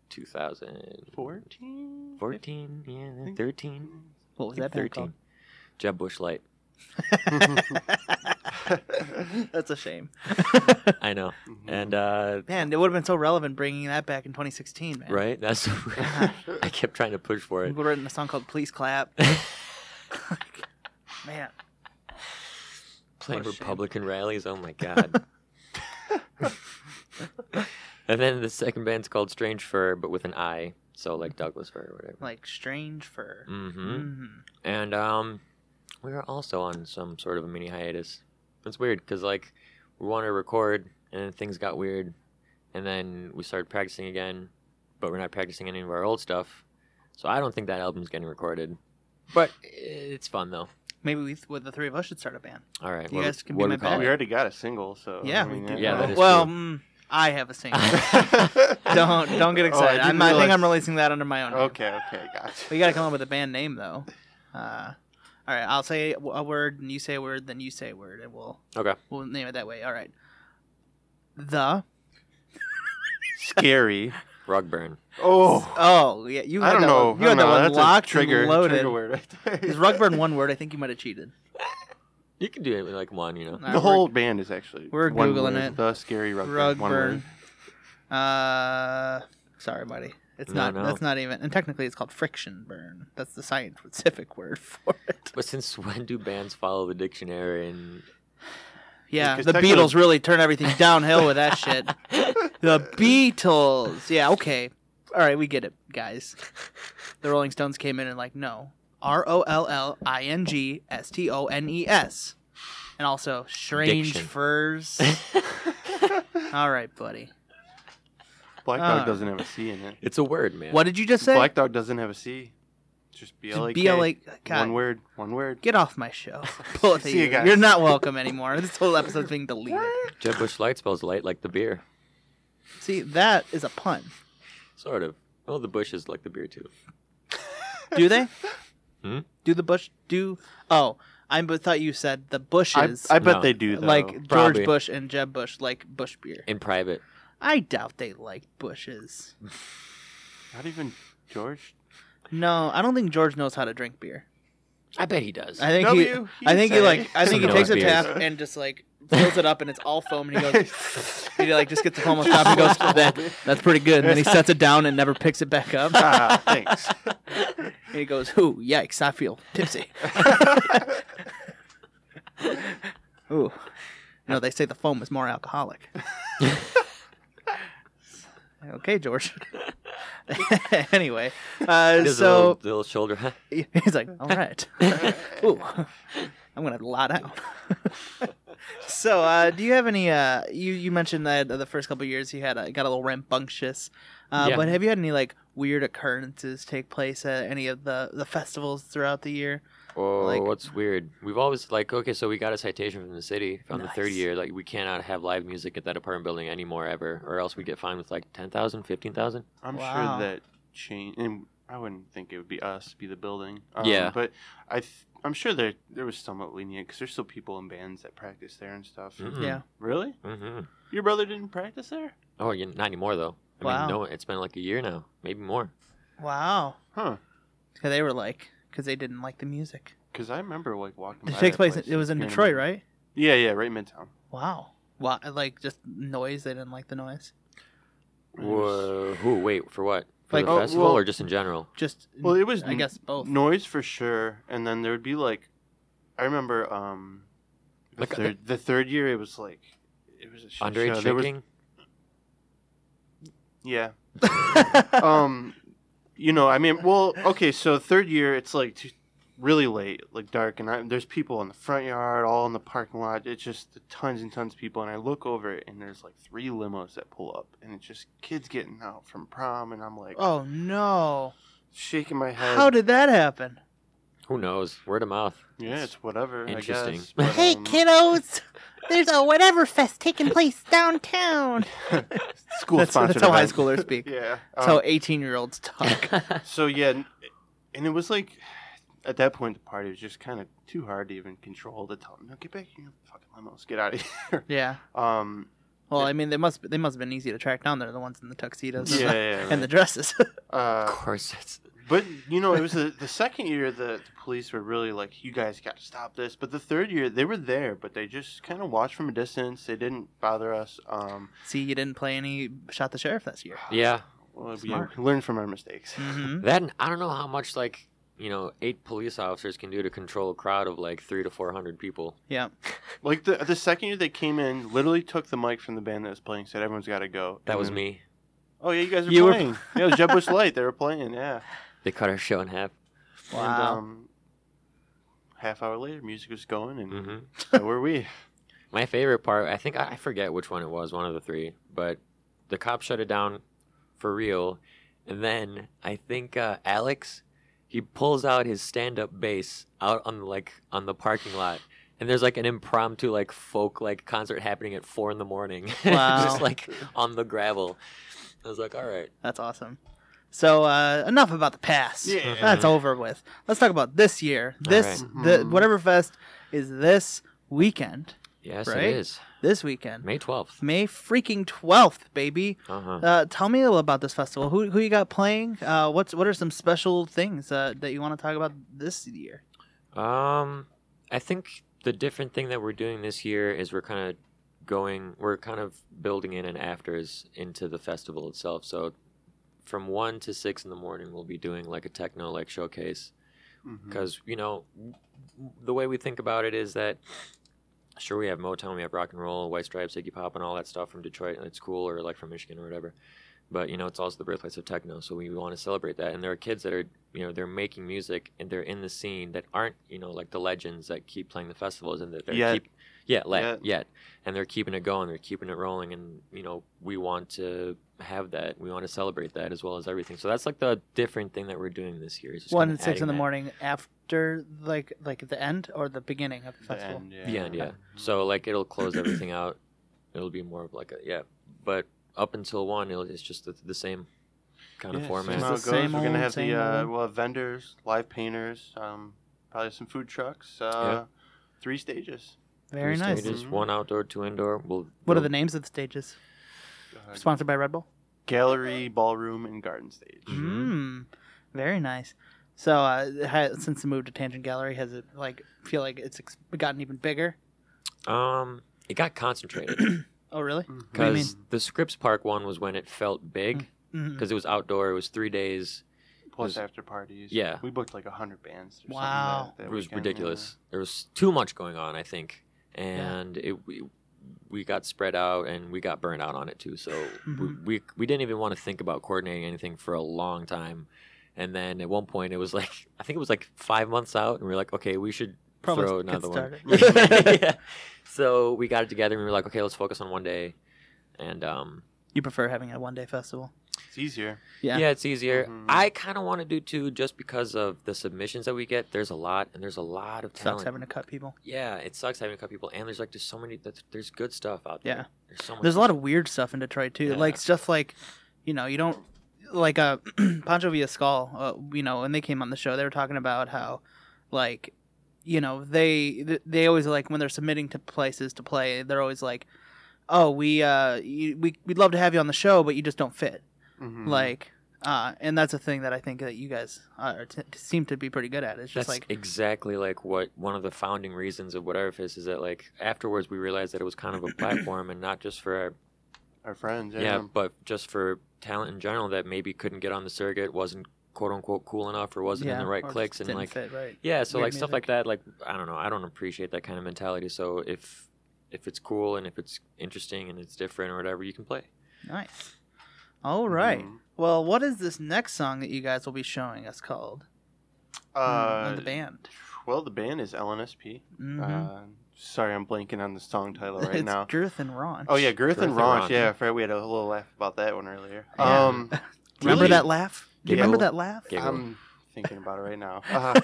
[SPEAKER 4] 2014,
[SPEAKER 3] Fourteen.
[SPEAKER 4] yeah, 13.
[SPEAKER 2] What was that band called?
[SPEAKER 4] Jeb Bush Light.
[SPEAKER 2] That's a shame.
[SPEAKER 4] I know.
[SPEAKER 3] Mhm.
[SPEAKER 4] And uh
[SPEAKER 2] Man, it would have been so relevant bringing that back in 2016, man.
[SPEAKER 4] right? That's
[SPEAKER 3] Mm-hmm.
[SPEAKER 4] I kept trying to push for
[SPEAKER 2] We
[SPEAKER 4] it.
[SPEAKER 2] would have written a song called Please Clap. man,
[SPEAKER 4] playing
[SPEAKER 2] What a shame.
[SPEAKER 4] Republican rallies. Oh my god. and then the second band's called Strange Fur, but with an I, so like Douglas Fir or whatever.
[SPEAKER 2] Like strange fur.
[SPEAKER 4] mm-hmm.
[SPEAKER 2] hmm
[SPEAKER 4] And um, we were also on some sort of a mini hiatus. It's weird because like we wanted to record, and then things got weird, and then we started practicing again, but we're not practicing any of our old stuff. So I don't think that album's getting recorded, but it's fun though.
[SPEAKER 2] Maybe we, th- well, the three of us should start a band.
[SPEAKER 4] All right,
[SPEAKER 2] You
[SPEAKER 4] what-
[SPEAKER 2] guys can be
[SPEAKER 4] what do
[SPEAKER 2] my
[SPEAKER 4] we call
[SPEAKER 2] band.
[SPEAKER 4] it?
[SPEAKER 3] We already got a single, so
[SPEAKER 2] Yeah,
[SPEAKER 3] I mean,
[SPEAKER 2] we do.
[SPEAKER 4] Yeah, that is
[SPEAKER 2] well, mm, I have a single. don't don't get
[SPEAKER 3] Oh, I
[SPEAKER 2] excited. I'm,
[SPEAKER 3] didn't
[SPEAKER 2] I think
[SPEAKER 3] realize-
[SPEAKER 2] I'm releasing that under my own. name.
[SPEAKER 3] Okay, okay, gotcha.
[SPEAKER 2] We gotta come up with a band name though. Uh, all right, I'll say w- a word, and you say a word, then you say a word, and we'll
[SPEAKER 4] Okay.
[SPEAKER 2] we'll name it that way. All right. The
[SPEAKER 3] Scary.
[SPEAKER 4] Rugburn.
[SPEAKER 3] Oh,
[SPEAKER 2] oh yeah, you had
[SPEAKER 3] I don't
[SPEAKER 2] that
[SPEAKER 3] know.
[SPEAKER 2] One, you had
[SPEAKER 3] I don't
[SPEAKER 2] that
[SPEAKER 3] know.
[SPEAKER 2] one
[SPEAKER 3] That's
[SPEAKER 2] locked
[SPEAKER 3] a trigger,
[SPEAKER 2] and loaded.
[SPEAKER 3] trigger word right there.
[SPEAKER 2] Is Rugburn one word? I think you might have cheated.
[SPEAKER 4] You can do it with like one, you know.
[SPEAKER 2] All right, we're-
[SPEAKER 3] The whole band is actually.
[SPEAKER 2] we're
[SPEAKER 3] one
[SPEAKER 2] Googling
[SPEAKER 3] word.
[SPEAKER 2] it.
[SPEAKER 3] The scary rug, One
[SPEAKER 2] Rugburn.
[SPEAKER 3] word.
[SPEAKER 2] Uh, sorry, buddy. It's
[SPEAKER 4] No,
[SPEAKER 2] not.
[SPEAKER 4] no.
[SPEAKER 2] That's not even. And technically, it's called friction burn. That's the scientific word for it.
[SPEAKER 4] But since when do bands follow the dictionary? And
[SPEAKER 2] Yeah,
[SPEAKER 3] Because
[SPEAKER 2] the
[SPEAKER 3] technically-
[SPEAKER 2] Beatles really turn everything downhill with that shit. The Beatles. Yeah. Okay. All right, we get it, guys. The Rolling Stones came in and like, no, R O L L I N G S T O N E S, and also strange
[SPEAKER 4] Diction.
[SPEAKER 2] furs. All right, buddy.
[SPEAKER 3] Black
[SPEAKER 2] Ah.
[SPEAKER 3] dog doesn't have a C in it.
[SPEAKER 4] it's a word, man.
[SPEAKER 2] What did you just say?
[SPEAKER 3] Black dog doesn't have a C. Just B L A K.
[SPEAKER 2] Just BLA. God,
[SPEAKER 3] One word. One word.
[SPEAKER 2] Get off my show. Both of
[SPEAKER 3] See you
[SPEAKER 2] you.
[SPEAKER 3] guys.
[SPEAKER 2] You're not welcome anymore. This whole episode's being deleted.
[SPEAKER 4] Jeb Bush Light spells light like the beer.
[SPEAKER 2] See, that is a pun.
[SPEAKER 4] Sort of. Well, the Bush is like the beer too.
[SPEAKER 2] Do they?
[SPEAKER 4] Hmm?
[SPEAKER 2] Do the Bush do Oh, I b- thought you said the
[SPEAKER 3] I,
[SPEAKER 2] Bushes
[SPEAKER 3] I bet
[SPEAKER 4] No.
[SPEAKER 3] they do though.
[SPEAKER 2] like
[SPEAKER 4] Probably.
[SPEAKER 2] George Bush and Jeb Bush like Bush beer.
[SPEAKER 4] In private.
[SPEAKER 2] I doubt they like Bushes.
[SPEAKER 3] not even George.
[SPEAKER 2] No, I don't think George knows how to drink beer.
[SPEAKER 4] I bet he does.
[SPEAKER 2] I think
[SPEAKER 3] W,
[SPEAKER 2] he, I
[SPEAKER 3] he'd
[SPEAKER 2] think he
[SPEAKER 3] say.
[SPEAKER 2] like I think he
[SPEAKER 4] Some
[SPEAKER 2] takes a
[SPEAKER 4] knows
[SPEAKER 2] tap
[SPEAKER 3] beers.
[SPEAKER 2] and just like fills it up and it's all foam and he goes and he like just gets the foam on top and goes that that's pretty good and then he sets it down and never picks it back up.
[SPEAKER 3] ah, thanks.
[SPEAKER 2] And he goes, "Ooh, yikes! I feel tipsy." Ooh, no, they say the foam is more alcoholic. okay, George. anyway, uh,
[SPEAKER 4] Does a
[SPEAKER 2] so
[SPEAKER 4] little, little shoulder. huh?
[SPEAKER 2] he's like, "All right, ooh, I'm gonna have to lie down." so, uh, do you have any? Uh, you you mentioned that the first couple of years you had uh, got a little rambunctious, uh,
[SPEAKER 4] Yeah.
[SPEAKER 2] but have you had any like weird occurrences take place at any of the the festivals throughout the year?
[SPEAKER 4] Oh,
[SPEAKER 2] Like-
[SPEAKER 4] what's weird? We've always like okay, so we got a citation from the city on the third
[SPEAKER 2] Nice.
[SPEAKER 4] year. Like we cannot have live music at that apartment building anymore ever, or else we get fined with like 10,000, 15,000.
[SPEAKER 3] I'm
[SPEAKER 2] Wow.
[SPEAKER 3] sure that change, and I wouldn't think it would be us, be the building. Um,
[SPEAKER 4] Yeah.
[SPEAKER 3] but I, th- I'm sure there there was somewhat lenient because there's still people in bands that practice there and stuff.
[SPEAKER 4] Mm.
[SPEAKER 2] Yeah.
[SPEAKER 3] Really?
[SPEAKER 4] Mm-hmm.
[SPEAKER 3] Your brother didn't practice there?
[SPEAKER 4] Oh, yeah, not anymore though. I
[SPEAKER 2] Wow.
[SPEAKER 4] mean, no, it's been like a year now, maybe more.
[SPEAKER 2] Wow.
[SPEAKER 3] Huh?
[SPEAKER 2] 'Cause they were like, because they didn't like the music.
[SPEAKER 3] Because I remember like walking.
[SPEAKER 2] It
[SPEAKER 3] by
[SPEAKER 2] takes
[SPEAKER 3] that
[SPEAKER 2] place.
[SPEAKER 3] place
[SPEAKER 2] It was in
[SPEAKER 3] here
[SPEAKER 2] Detroit,
[SPEAKER 3] Mid-
[SPEAKER 2] right?
[SPEAKER 3] Yeah, yeah, right midtown.
[SPEAKER 2] Wow. Wow. Like just noise. They didn't like the noise.
[SPEAKER 3] It was-
[SPEAKER 4] Whoa, who? Wait, for what? For
[SPEAKER 2] Like-
[SPEAKER 4] the
[SPEAKER 3] Oh,
[SPEAKER 4] festival
[SPEAKER 3] well-
[SPEAKER 4] or just in general?
[SPEAKER 2] Just.
[SPEAKER 3] Well, it was
[SPEAKER 2] I
[SPEAKER 3] n-
[SPEAKER 2] guess both.
[SPEAKER 3] noise for sure, and then there would be like, I remember um, the,
[SPEAKER 4] Like, uh,
[SPEAKER 3] third, the third year it was like, it was a shit
[SPEAKER 4] Underage
[SPEAKER 3] show. There was-
[SPEAKER 4] drinking?
[SPEAKER 3] yeah. um, you know, I mean, well, okay, so third year it's like t- really late, like dark, and I, there's people in the front yard, all in the parking lot. It's just tons and tons of people, and I look over and there's like three limos that pull up, and it's just kids getting out from prom, and I'm like
[SPEAKER 2] Oh no!
[SPEAKER 3] shaking my head.
[SPEAKER 2] How did that happen?
[SPEAKER 4] Who knows? Word of mouth.
[SPEAKER 3] yeah, it's whatever. I
[SPEAKER 4] Interesting.
[SPEAKER 3] guess, but, um,
[SPEAKER 2] kiddos! There's a whatever fest taking place downtown.
[SPEAKER 3] School
[SPEAKER 2] that's,
[SPEAKER 3] sponsored
[SPEAKER 2] that's how high
[SPEAKER 3] event.
[SPEAKER 2] schoolers speak.
[SPEAKER 3] Yeah.
[SPEAKER 2] That's
[SPEAKER 3] um,
[SPEAKER 2] how 18 year olds talk.
[SPEAKER 3] So yeah, n- and it was like at that point the party was just kind of too hard to even control to tell them, no, get back in your fucking limos, get out of here.
[SPEAKER 2] yeah.
[SPEAKER 3] Um,
[SPEAKER 2] Well, I mean, they must they must have been easy to track down. They're the ones in the tuxedos and,
[SPEAKER 3] yeah,
[SPEAKER 2] the,
[SPEAKER 3] yeah,
[SPEAKER 2] and the dresses.
[SPEAKER 3] right.
[SPEAKER 4] of
[SPEAKER 3] uh,
[SPEAKER 4] course, it's
[SPEAKER 3] but you know, it was the, the second year the, the police were really like, you guys got to stop this. But the third year they were there, but they just kind of watched from a distance. They didn't bother us. Um,
[SPEAKER 2] See, you didn't play any shot the sheriff this year.
[SPEAKER 4] yeah.
[SPEAKER 3] well, we
[SPEAKER 2] Smart.
[SPEAKER 3] learned from our mistakes.
[SPEAKER 2] hmm
[SPEAKER 4] That and I don't know how much like you know eight police officers can do to control a crowd of like three to four hundred people.
[SPEAKER 2] Yeah.
[SPEAKER 3] Like the the second year they came in, literally took the mic from the band that was playing, said everyone's got to go.
[SPEAKER 4] That
[SPEAKER 3] And
[SPEAKER 4] was
[SPEAKER 2] Mm-hmm.
[SPEAKER 3] then-
[SPEAKER 4] me.
[SPEAKER 3] Oh yeah, you guys were
[SPEAKER 2] You were-
[SPEAKER 3] playing. yeah, it was Jeb Bush Light. They were playing. Yeah.
[SPEAKER 4] They cut our show in half.
[SPEAKER 3] And,
[SPEAKER 2] Wow.
[SPEAKER 3] um, half hour later, music was going, and
[SPEAKER 2] Mm-hmm.
[SPEAKER 4] hmm
[SPEAKER 3] so were we.
[SPEAKER 4] My favorite part, I think I I forget which one it was, one of the three, but the cops shut it down for real. And then I think uh, Alex, he pulls out his stand-up bass out on the, like on the parking lot, and there's like an impromptu like folk like concert happening at four in the morning,
[SPEAKER 2] Wow.
[SPEAKER 4] just like on the gravel. I was like, all right,
[SPEAKER 2] That's awesome. So uh, enough about the past.
[SPEAKER 3] Yeah.
[SPEAKER 2] That's over with. Let's talk about this year. This
[SPEAKER 3] right.
[SPEAKER 2] the
[SPEAKER 3] Mhm.
[SPEAKER 2] whatever fest is this weekend.
[SPEAKER 4] yes,
[SPEAKER 2] Right?
[SPEAKER 4] it is
[SPEAKER 2] This weekend.
[SPEAKER 4] May twelfth.
[SPEAKER 2] May freaking twelfth, baby.
[SPEAKER 4] Uh-huh.
[SPEAKER 2] Uh, tell me a little about this festival. Who who you got playing? Uh, what's what are some special things uh, that you want to talk about this year?
[SPEAKER 4] Um, I think the different thing that we're doing this year is we're kind of going, we're kind of building in and afters into the festival itself. So from one to six in the morning, we'll be doing like a techno like showcase
[SPEAKER 3] Mhm.
[SPEAKER 2] Mm-hmm.
[SPEAKER 4] because you know the way we think about it is that sure we have Motown, we have rock and roll, White Stripes, Iggy Pop, and all that stuff from Detroit, and it's cool, or like from Michigan or whatever. But you know, it's also the birthplace of techno, so we want to celebrate that. And there are kids that are you know they're making music and they're in the scene that aren't you know like the legends that keep playing the festivals and that they're
[SPEAKER 3] Yet.
[SPEAKER 4] keep yeah like
[SPEAKER 3] Yet.
[SPEAKER 4] yet and they're keeping it going, they're keeping it rolling, and you know we want to have that, we want to celebrate that as well as everything. So that's like the different thing that we're doing this year. Is just
[SPEAKER 2] One
[SPEAKER 4] kinda
[SPEAKER 2] and six
[SPEAKER 4] adding
[SPEAKER 2] in the
[SPEAKER 4] that.
[SPEAKER 2] morning after like like the end or the beginning of the
[SPEAKER 3] The
[SPEAKER 2] festival.
[SPEAKER 3] end,
[SPEAKER 4] Yeah, yeah. So like it'll close everything out. It'll be more of like a yeah, but up until one, it'll, it's just the, the same kind of
[SPEAKER 3] Yeah,
[SPEAKER 4] format.
[SPEAKER 3] So how it
[SPEAKER 2] It's the
[SPEAKER 3] goes.
[SPEAKER 2] same
[SPEAKER 3] We're gonna
[SPEAKER 2] old,
[SPEAKER 3] have
[SPEAKER 2] same
[SPEAKER 3] the uh,
[SPEAKER 2] old.
[SPEAKER 3] we'll have vendors, live painters, um, probably some food trucks. Uh, Three stages.
[SPEAKER 2] Very
[SPEAKER 4] Three
[SPEAKER 2] nice.
[SPEAKER 4] Stages, mm-hmm.
[SPEAKER 3] Mhm.
[SPEAKER 4] One outdoor, two indoor. We'll,
[SPEAKER 2] What are
[SPEAKER 4] we'll-
[SPEAKER 2] the names of the stages?
[SPEAKER 3] Uh,
[SPEAKER 2] Sponsored by Red Bull.
[SPEAKER 3] gallery, ballroom, and garden stage.
[SPEAKER 4] Mm-hmm.
[SPEAKER 2] Mm, very nice. So, uh, ha since the move to Tangent Gallery, has it like feel like it's ex- gotten even bigger?
[SPEAKER 4] Um, it got concentrated
[SPEAKER 2] Oh, really?
[SPEAKER 3] Mhm.
[SPEAKER 2] do you mean?
[SPEAKER 4] because the Scripps Park one was when it felt big
[SPEAKER 2] Mm.
[SPEAKER 4] because it was outdoor. It was three days.
[SPEAKER 3] Plus
[SPEAKER 4] was-
[SPEAKER 3] after parties.
[SPEAKER 4] yeah.
[SPEAKER 3] We booked like hundred bands. Or something
[SPEAKER 2] Wow.
[SPEAKER 3] that- that
[SPEAKER 4] It was
[SPEAKER 3] weekend,
[SPEAKER 4] ridiculous. There was too much going on, I think,
[SPEAKER 2] uh, Yeah.
[SPEAKER 4] and it we, we got spread out and we got burnt out on it too. So
[SPEAKER 2] Mhm.
[SPEAKER 4] we, we we didn't even want to think about coordinating anything for a long time. And then at one point, it was like I think it was like five months out, and we were like, okay, we should
[SPEAKER 2] Probably
[SPEAKER 4] throw
[SPEAKER 2] get
[SPEAKER 4] another one.
[SPEAKER 2] started.
[SPEAKER 4] yeah. So we got it together, and we were like, okay, let's focus on one day. And um,
[SPEAKER 2] You prefer having a one-day festival?
[SPEAKER 3] yeah. It's easier.
[SPEAKER 2] Yeah. Mm-hmm.
[SPEAKER 4] yeah. it's easier.
[SPEAKER 3] Mhm.
[SPEAKER 4] I kind of want to do two, just because of the submissions that we get. There's a lot, and there's a lot of talent.
[SPEAKER 2] Sucks having to cut people.
[SPEAKER 4] Yeah, it sucks having to cut people, and there's like there's so many that's, there's good stuff out there.
[SPEAKER 2] Yeah.
[SPEAKER 4] there's so much.
[SPEAKER 2] There's a lot of weird stuff in Detroit too,
[SPEAKER 4] Yeah.
[SPEAKER 2] like stuff like, you know, you don't like uh, Pancho Villascal. Uh, you know, when they came on the show, they were talking about how, like, you know, they th- they always like when they're submitting to places to play, they're always like, oh, we uh, you, we we'd love to have you on the show, but you just don't fit.
[SPEAKER 3] Mhm.
[SPEAKER 4] Mm-hmm.
[SPEAKER 2] Like, uh, and that's a thing that I think that you guys are t- seem to be pretty good at. It's
[SPEAKER 4] That's
[SPEAKER 2] just like,
[SPEAKER 4] exactly like what one of the founding reasons of whatever fist is that like afterwards we realized that it was kind of a platform and not just for our,
[SPEAKER 3] our friends.
[SPEAKER 4] yeah. but just for talent in general that maybe couldn't get on the circuit wasn't quote unquote cool enough or wasn't in
[SPEAKER 2] yeah,
[SPEAKER 4] the right
[SPEAKER 2] or just
[SPEAKER 4] clicks and
[SPEAKER 2] didn't
[SPEAKER 4] like
[SPEAKER 2] fit, right.
[SPEAKER 4] yeah so
[SPEAKER 2] weird
[SPEAKER 4] like stuff like that like I don't know I don't appreciate that kind of mentality so if if it's cool and if it's interesting and it's different or whatever you can play
[SPEAKER 2] Nice. All right.
[SPEAKER 3] Mhm.
[SPEAKER 2] Well, what is this next song that you guys will be showing us called?
[SPEAKER 3] Uh,
[SPEAKER 2] Mm, the band.
[SPEAKER 3] Well, the band is LNSP.
[SPEAKER 2] hmm
[SPEAKER 3] Uh, sorry, I'm blanking on the song title right
[SPEAKER 2] it's
[SPEAKER 3] now.
[SPEAKER 2] Girth and Ron.
[SPEAKER 3] Oh yeah, Girth,
[SPEAKER 4] Girth
[SPEAKER 3] and
[SPEAKER 4] and
[SPEAKER 3] Raunch.
[SPEAKER 4] Raunch.
[SPEAKER 3] Yeah, I forgot we had a little laugh about that one earlier.
[SPEAKER 2] Yeah.
[SPEAKER 3] Um,
[SPEAKER 2] remember
[SPEAKER 3] really-
[SPEAKER 2] that laugh? Do you
[SPEAKER 4] Yeah.
[SPEAKER 2] remember that laugh?
[SPEAKER 4] Giggle.
[SPEAKER 3] I'm thinking about it right now. Uh,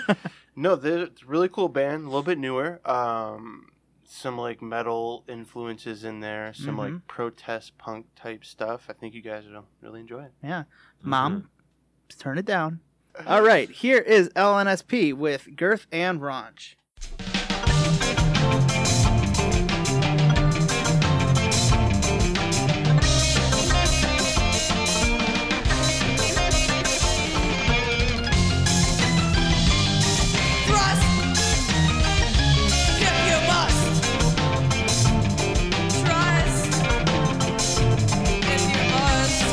[SPEAKER 3] no, they're it's a really cool band, a little bit newer. Um, some like metal influences in there, some
[SPEAKER 4] Mm-hmm.
[SPEAKER 3] like protest punk type stuff. I think you guys will really enjoy it.
[SPEAKER 2] Mom,
[SPEAKER 3] Mm-hmm.
[SPEAKER 2] turn it down. All right, here is LNSP with Girth and Ronch.
[SPEAKER 6] thrust. If you must, trust. If you must.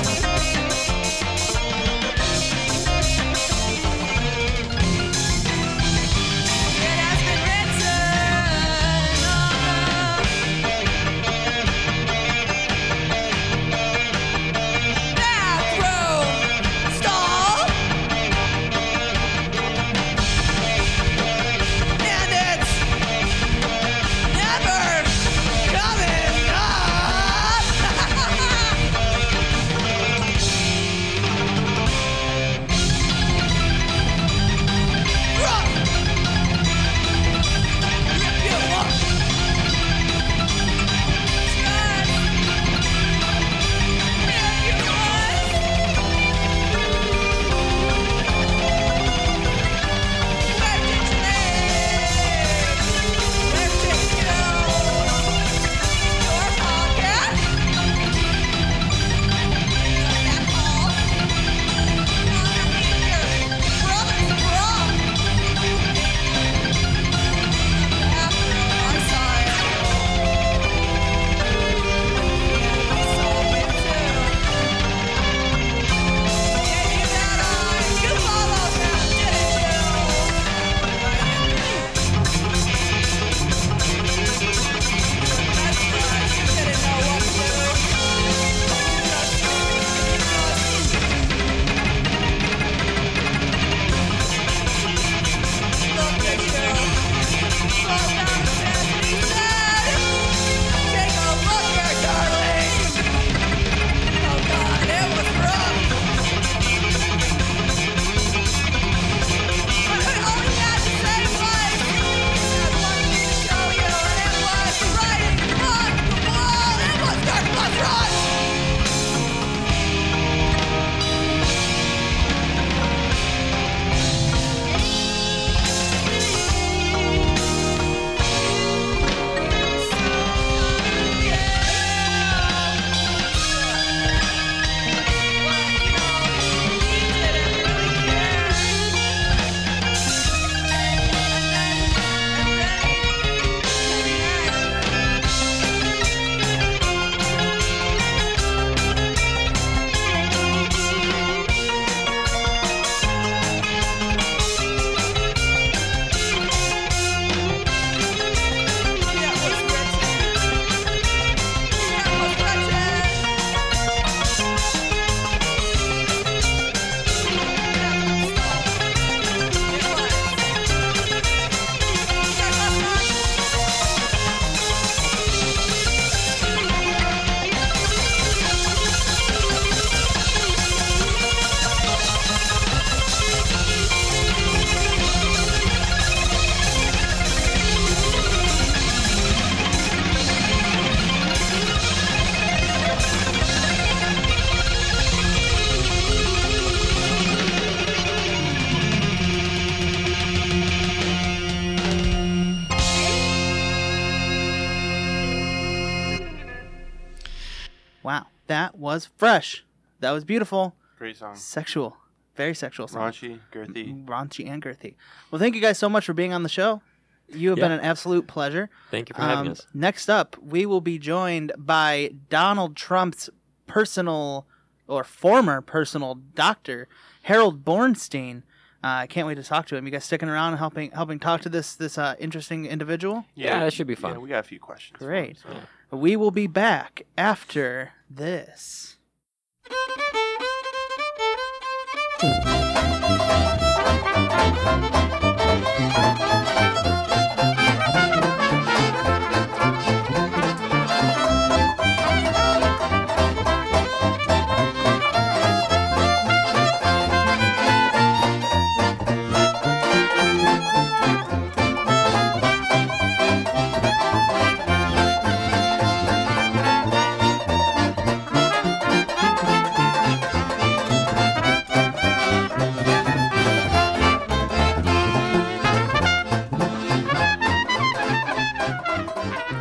[SPEAKER 2] Wow, that was fresh. That was beautiful.
[SPEAKER 3] Great song.
[SPEAKER 2] Sexual, very sexual song.
[SPEAKER 3] Raunchy,
[SPEAKER 4] Mm-hmm.
[SPEAKER 3] girthy.
[SPEAKER 2] Raunchy and girthy. Well, thank you guys so much for being on the show. You have been
[SPEAKER 4] Yeah.
[SPEAKER 2] an absolute pleasure.
[SPEAKER 4] Mm-hmm. Thank you for having
[SPEAKER 2] Um,
[SPEAKER 4] us.
[SPEAKER 2] Next up, we will be joined by Donald Trump's personal or former personal doctor, Harold Bornstein. Uh, I can't wait to talk to him. You guys sticking around and helping helping talk to this this uh, interesting individual?
[SPEAKER 4] Yeah, that should be fun.
[SPEAKER 3] Yeah, we got a few questions. for
[SPEAKER 2] Great.
[SPEAKER 3] him, so.
[SPEAKER 2] We will be back after this.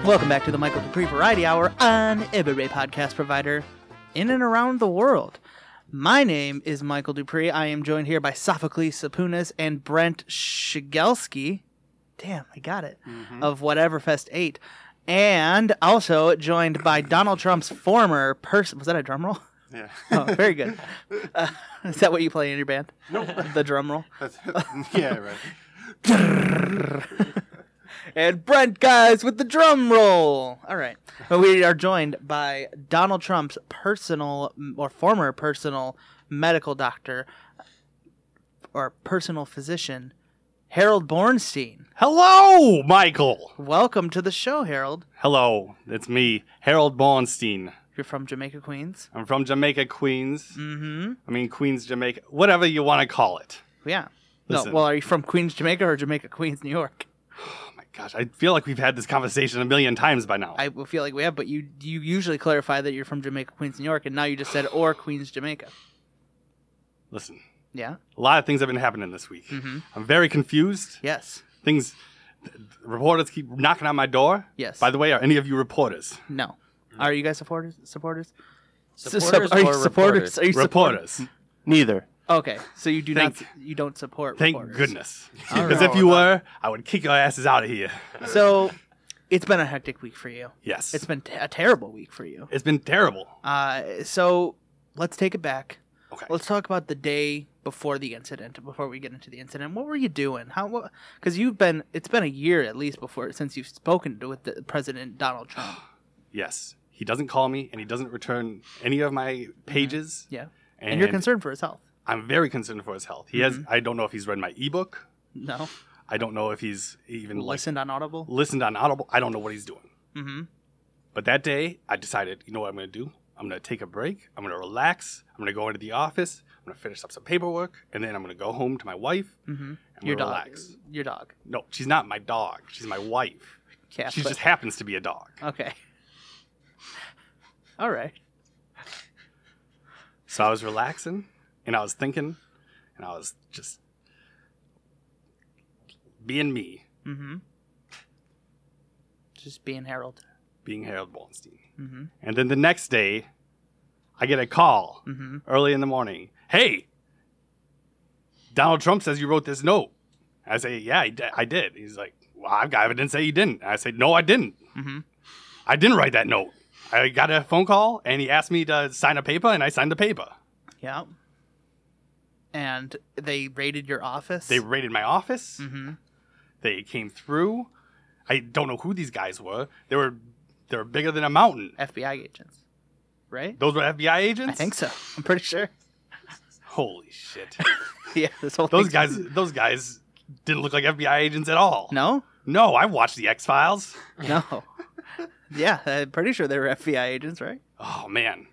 [SPEAKER 2] Welcome back to the Michael Dupree Variety Hour on every podcast provider in and around the world. My name is Michael Dupree. I am joined here by Sophocles Sapunas and Brent Shigelski. Damn, I got it. Of Whateverfest 8. And also joined by Donald Trump's former person. Was that a drum roll?
[SPEAKER 3] Yeah.
[SPEAKER 2] Oh, very good. Uh, is that what you play in your band? Nope. The drum roll.
[SPEAKER 3] That's- yeah, right.
[SPEAKER 2] And Brent, guys, with the drum roll. All right. But we are joined by Donald Trump's personal or former personal medical doctor or personal physician, Harold Bornstein.
[SPEAKER 7] Hello, Michael.
[SPEAKER 2] Welcome to the show, Harold.
[SPEAKER 7] Hello, it's me, Harold Bornstein.
[SPEAKER 2] You're from Jamaica, Queens.
[SPEAKER 7] I'm from Jamaica, Queens.
[SPEAKER 2] Mm
[SPEAKER 7] I mean, Queens, Jamaica, whatever you want to call it.
[SPEAKER 2] hmm. Yeah.
[SPEAKER 7] Listen.
[SPEAKER 2] No, well, are you from Queens, Jamaica or Jamaica, Queens, New York?
[SPEAKER 7] Oh my gosh, I feel like we've had this conversation a million times by now.
[SPEAKER 2] I will feel like we have, but you you usually clarify that you're from Jamaica, Queens, New York, and now you just said or Queens, Jamaica.
[SPEAKER 7] Listen,
[SPEAKER 2] Yeah? Mm-hmm.
[SPEAKER 7] a lot of things have been happening this
[SPEAKER 2] Hmm.
[SPEAKER 7] week. I'm very confused.
[SPEAKER 2] Yes.
[SPEAKER 7] Things, reporters keep knocking on my door.
[SPEAKER 2] Yes.
[SPEAKER 7] By the way, are any of you reporters?
[SPEAKER 2] No. Are you guys supporters? Supporters? S- sup-
[SPEAKER 4] Supporters
[SPEAKER 2] are you
[SPEAKER 4] or
[SPEAKER 2] supporters?
[SPEAKER 4] reporters?
[SPEAKER 2] Are you support-
[SPEAKER 7] reporters.
[SPEAKER 3] Neither.
[SPEAKER 2] Okay, so you do not
[SPEAKER 7] Thank-
[SPEAKER 2] s- you don't support.
[SPEAKER 7] Thank
[SPEAKER 2] reporters.
[SPEAKER 7] goodness.
[SPEAKER 2] All
[SPEAKER 7] Because if
[SPEAKER 2] right.
[SPEAKER 7] you were, I would kick your asses out of here.
[SPEAKER 2] So, it's been a hectic week for you.
[SPEAKER 7] Yes.
[SPEAKER 2] It's been t- a terrible week for you.
[SPEAKER 7] it's been terrible.
[SPEAKER 2] Uh, so let's take it back.
[SPEAKER 7] Okay.
[SPEAKER 2] Let's talk about the day before the incident. Before we get into the incident, what were you doing? How? Because you've been. It's been a year at least before since you've spoken to with the President Donald Trump.
[SPEAKER 7] Yes. He doesn't call me and he doesn't return any of my pages.
[SPEAKER 2] Mm-hmm. Yeah. And, you're concerned Mm-hmm. for his health.
[SPEAKER 7] I'm very concerned for his health. He has I don't know if he's read my ebook.
[SPEAKER 2] No.
[SPEAKER 7] I don't know if he's even like,
[SPEAKER 2] Listened on Audible.
[SPEAKER 7] listened on Audible. I don't know what he's doing.
[SPEAKER 2] Mhm.
[SPEAKER 7] But that day, I decided, you know what I'm going to do? I'm going to take a break. I'm going to relax. I'm going to go into the office. I'm going to finish up some paperwork and then I'm going to go home to my wife.
[SPEAKER 2] Mhm.
[SPEAKER 7] And
[SPEAKER 2] Your
[SPEAKER 7] we'll
[SPEAKER 2] dog.
[SPEAKER 7] relax.
[SPEAKER 2] Your dog.
[SPEAKER 7] No, she's not my dog. She's my wife.
[SPEAKER 2] Cat.
[SPEAKER 7] she
[SPEAKER 2] but-
[SPEAKER 7] just happens to be a dog.
[SPEAKER 2] Okay. All right.
[SPEAKER 7] So I was relaxing and I was thinking and I was just being me,
[SPEAKER 2] Mm-hmm. Just being Harold.
[SPEAKER 7] being Harold Bornstein.
[SPEAKER 2] Mhm.
[SPEAKER 7] And then the next day, I get a call
[SPEAKER 2] Mm-hmm.
[SPEAKER 7] early in the morning. Hey, Donald Trump says you wrote this note. I say, yeah, I di- I did. He's like, well, I've got evidence that you didn't. I say, no, I didn't.
[SPEAKER 2] Mhm.
[SPEAKER 7] I didn't write that note. I got a phone call and he asked me to sign a paper and I signed the paper.
[SPEAKER 2] Yeah. And they raided your office.
[SPEAKER 7] They raided my office.
[SPEAKER 2] Mm-hmm.
[SPEAKER 7] They came through. I don't know who these guys were. They were they were bigger than a mountain.
[SPEAKER 2] FBI agents, right?
[SPEAKER 7] Those were FBI agents.
[SPEAKER 2] I think so. I'm pretty sure.
[SPEAKER 7] Holy shit!
[SPEAKER 2] Yeah. This whole
[SPEAKER 7] Those
[SPEAKER 2] thing's-
[SPEAKER 7] guys, those guys didn't look like FBI agents at all.
[SPEAKER 2] No.
[SPEAKER 7] no. I watched the X Files.
[SPEAKER 2] No. yeah. I'm pretty sure they were FBI agents, right?
[SPEAKER 7] Oh man.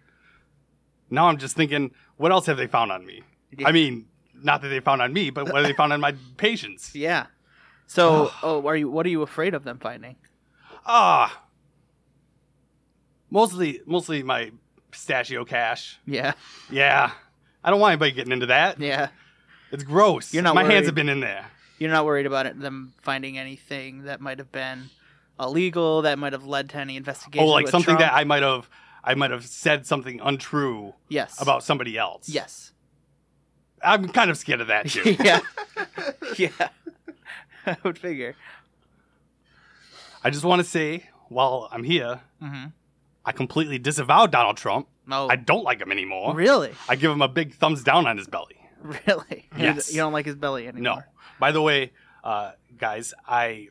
[SPEAKER 7] Now I'm just thinking, what else have they found on me?
[SPEAKER 2] Yeah.
[SPEAKER 7] I mean, not that they found on me, but what have they found on my patients?
[SPEAKER 2] Yeah. So, oh, are you? What are you afraid of them finding?
[SPEAKER 7] Ah, mostly, mostly my pistachio cash.
[SPEAKER 2] Yeah.
[SPEAKER 7] Yeah, I don't want anybody getting into that.
[SPEAKER 2] Yeah.
[SPEAKER 7] It's gross.
[SPEAKER 2] You're not
[SPEAKER 7] My
[SPEAKER 2] worried.
[SPEAKER 7] hands have been in there.
[SPEAKER 2] You're not worried about it, them finding anything that might have been illegal, that might have led to any investigation.
[SPEAKER 7] oh, like
[SPEAKER 2] with
[SPEAKER 7] something
[SPEAKER 2] Trump?
[SPEAKER 7] that I might have, I I might have said something untrue
[SPEAKER 2] Yes.
[SPEAKER 7] about somebody else.
[SPEAKER 2] Yes.
[SPEAKER 7] I'm kind of scared of that too.
[SPEAKER 2] yeah. Yeah. I would figure.
[SPEAKER 7] I just want to say, while I'm here,
[SPEAKER 2] Mhm.
[SPEAKER 7] I completely disavow Donald Trump.
[SPEAKER 2] No.
[SPEAKER 7] I don't like him anymore.
[SPEAKER 2] Oh. Really?
[SPEAKER 7] I give him a big thumbs down on his belly.
[SPEAKER 2] Really? You-
[SPEAKER 7] Yes.
[SPEAKER 2] You don't like his belly
[SPEAKER 7] No.
[SPEAKER 2] anymore?
[SPEAKER 7] By the way, uh, guys, I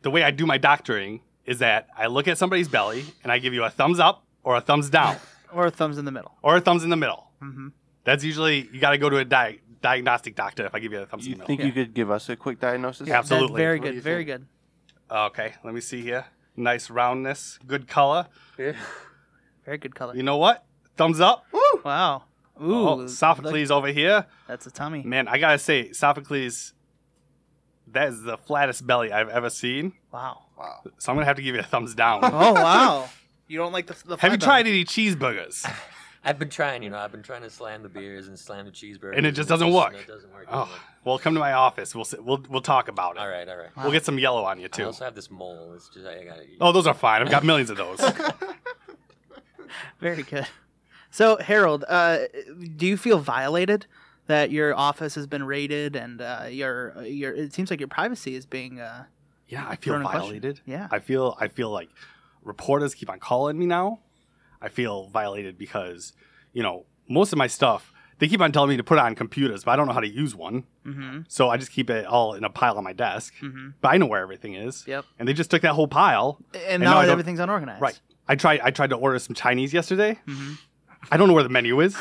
[SPEAKER 7] the way I do my doctoring is that I look at somebody's belly and I give you a thumbs up or a thumbs down
[SPEAKER 2] Or thumbs in the middle.
[SPEAKER 7] or a thumbs in the middle.
[SPEAKER 2] Mhm.
[SPEAKER 7] That's usually you got to go to a di- diagnostic doctor if I give you a thumbs
[SPEAKER 3] You
[SPEAKER 7] in the middle.
[SPEAKER 3] think you could give us a quick diagnosis?
[SPEAKER 7] Yeah, absolutely.
[SPEAKER 2] That's very
[SPEAKER 3] What do you
[SPEAKER 2] good. Very
[SPEAKER 3] think?
[SPEAKER 2] good.
[SPEAKER 7] Okay, let me see here. Nice roundness, good color.
[SPEAKER 2] Very good color.
[SPEAKER 7] You know what? Thumbs up.
[SPEAKER 2] Wow. Ooh.
[SPEAKER 7] Oh, Sophocles over here.
[SPEAKER 2] look, that's a tummy.
[SPEAKER 7] Man, I gotta say, Sophocles, that is the flattest belly I've ever seen.
[SPEAKER 2] Wow.
[SPEAKER 3] Wow.
[SPEAKER 7] So I'm gonna have to give you a thumbs down.
[SPEAKER 2] Oh wow. You don't like the. the
[SPEAKER 7] have you
[SPEAKER 2] flatbread?
[SPEAKER 7] tried any cheeseburgers?
[SPEAKER 4] I've been trying, you know, I've been trying to slam the beers and slam the cheeseburgers.
[SPEAKER 7] And it just doesn't work.
[SPEAKER 4] no, It doesn't work.
[SPEAKER 7] Oh, well, come to my office. We'll sit, we'll we'll talk about it.
[SPEAKER 4] All right, all right.
[SPEAKER 7] We'll get some yellow on you
[SPEAKER 4] I
[SPEAKER 7] too.
[SPEAKER 4] also have this mole. It's just I got
[SPEAKER 7] Oh, those are fine. I've got millions of those.
[SPEAKER 2] Very good. So Harold, uh, do you feel violated that your office has been raided and uh, your your it seems like your privacy is being uh,
[SPEAKER 7] yeah, I feel
[SPEAKER 2] Thrown in question.
[SPEAKER 7] violated.
[SPEAKER 2] Yeah.
[SPEAKER 7] I feel I feel like reporters keep on calling me now. I feel violated because you know most of my stuff they keep on telling me to put it on computers, but I don't know how to use one.
[SPEAKER 2] mm-hmm,
[SPEAKER 7] So I just keep it all in a pile on my desk.
[SPEAKER 2] mm-hmm.
[SPEAKER 7] But I know where everything is.
[SPEAKER 2] Yep.
[SPEAKER 7] And they just took that whole pile.
[SPEAKER 2] And
[SPEAKER 7] now
[SPEAKER 2] now
[SPEAKER 7] Eh, I don't-
[SPEAKER 2] everything's unorganized.
[SPEAKER 7] Right. I tried I tried to order some Chinese yesterday.
[SPEAKER 2] hmm
[SPEAKER 7] I don't know where the menu is.
[SPEAKER 3] Do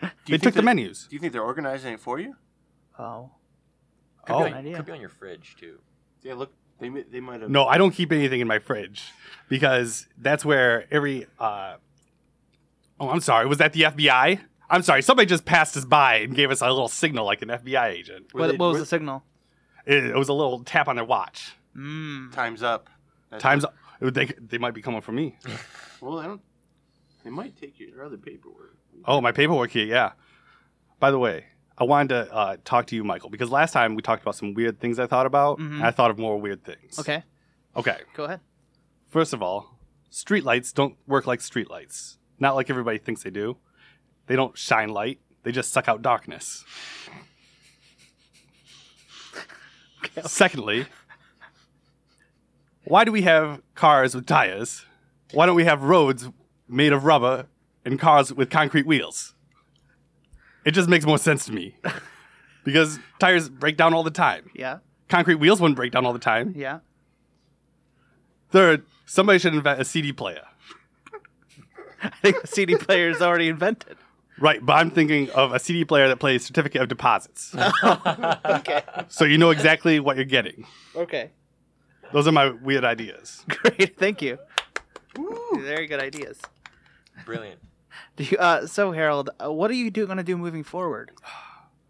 [SPEAKER 3] you
[SPEAKER 7] They
[SPEAKER 3] think
[SPEAKER 7] took the
[SPEAKER 3] that-
[SPEAKER 7] menus.
[SPEAKER 3] Do you think they're organizing it for you?
[SPEAKER 2] Oh.
[SPEAKER 4] Could,
[SPEAKER 7] Oh.
[SPEAKER 4] be on,
[SPEAKER 2] Idea.
[SPEAKER 4] could be on your fridge too.
[SPEAKER 3] Yeah, look, they mi- they might have.
[SPEAKER 7] No, I don't keep anything in my fridge because that's where every uh Oh, I'm sorry. Was that the FBI? I'm sorry. Somebody just passed us by and gave us a little signal like an FBI agent.
[SPEAKER 3] Were
[SPEAKER 2] What,
[SPEAKER 3] they-
[SPEAKER 2] what was
[SPEAKER 3] were-
[SPEAKER 2] the signal?
[SPEAKER 7] It, it was a little tap on their watch.
[SPEAKER 2] Mm.
[SPEAKER 3] Time's up. That's-
[SPEAKER 7] Times they they might be coming for me.
[SPEAKER 3] Well, I don't. They might take your other paperwork.
[SPEAKER 7] Oh, my paperwork here, yeah. By the way, I wanted to uh, talk to you, Michael, because last time we talked about some weird things I thought about,
[SPEAKER 2] Mhm.
[SPEAKER 7] and I thought of more weird things.
[SPEAKER 2] Okay.
[SPEAKER 7] Okay.
[SPEAKER 2] Go ahead.
[SPEAKER 7] First of all, streetlights don't work like streetlights. Not like everybody thinks they do. They don't shine light. They just suck out darkness. Secondly, why do we have cars with tires? Why don't we have roads made of rubber and cars with concrete wheels? It just makes more sense to me. Because tires break down all the time.
[SPEAKER 2] Yeah.
[SPEAKER 7] Concrete wheels wouldn't break down all the time.
[SPEAKER 2] Yeah.
[SPEAKER 7] Third, somebody should invent a CD player.
[SPEAKER 2] I think the CD player is already invented.
[SPEAKER 7] Right, but I'm thinking of a CD player that plays Certificate of Deposits. So you know exactly what you're getting.
[SPEAKER 2] Okay.
[SPEAKER 7] Those are my weird ideas.
[SPEAKER 2] Great. Thank you. Very good ideas.
[SPEAKER 4] Brilliant.
[SPEAKER 2] Do you, uh, so Harold, uh, what are you do, gonna do moving forward?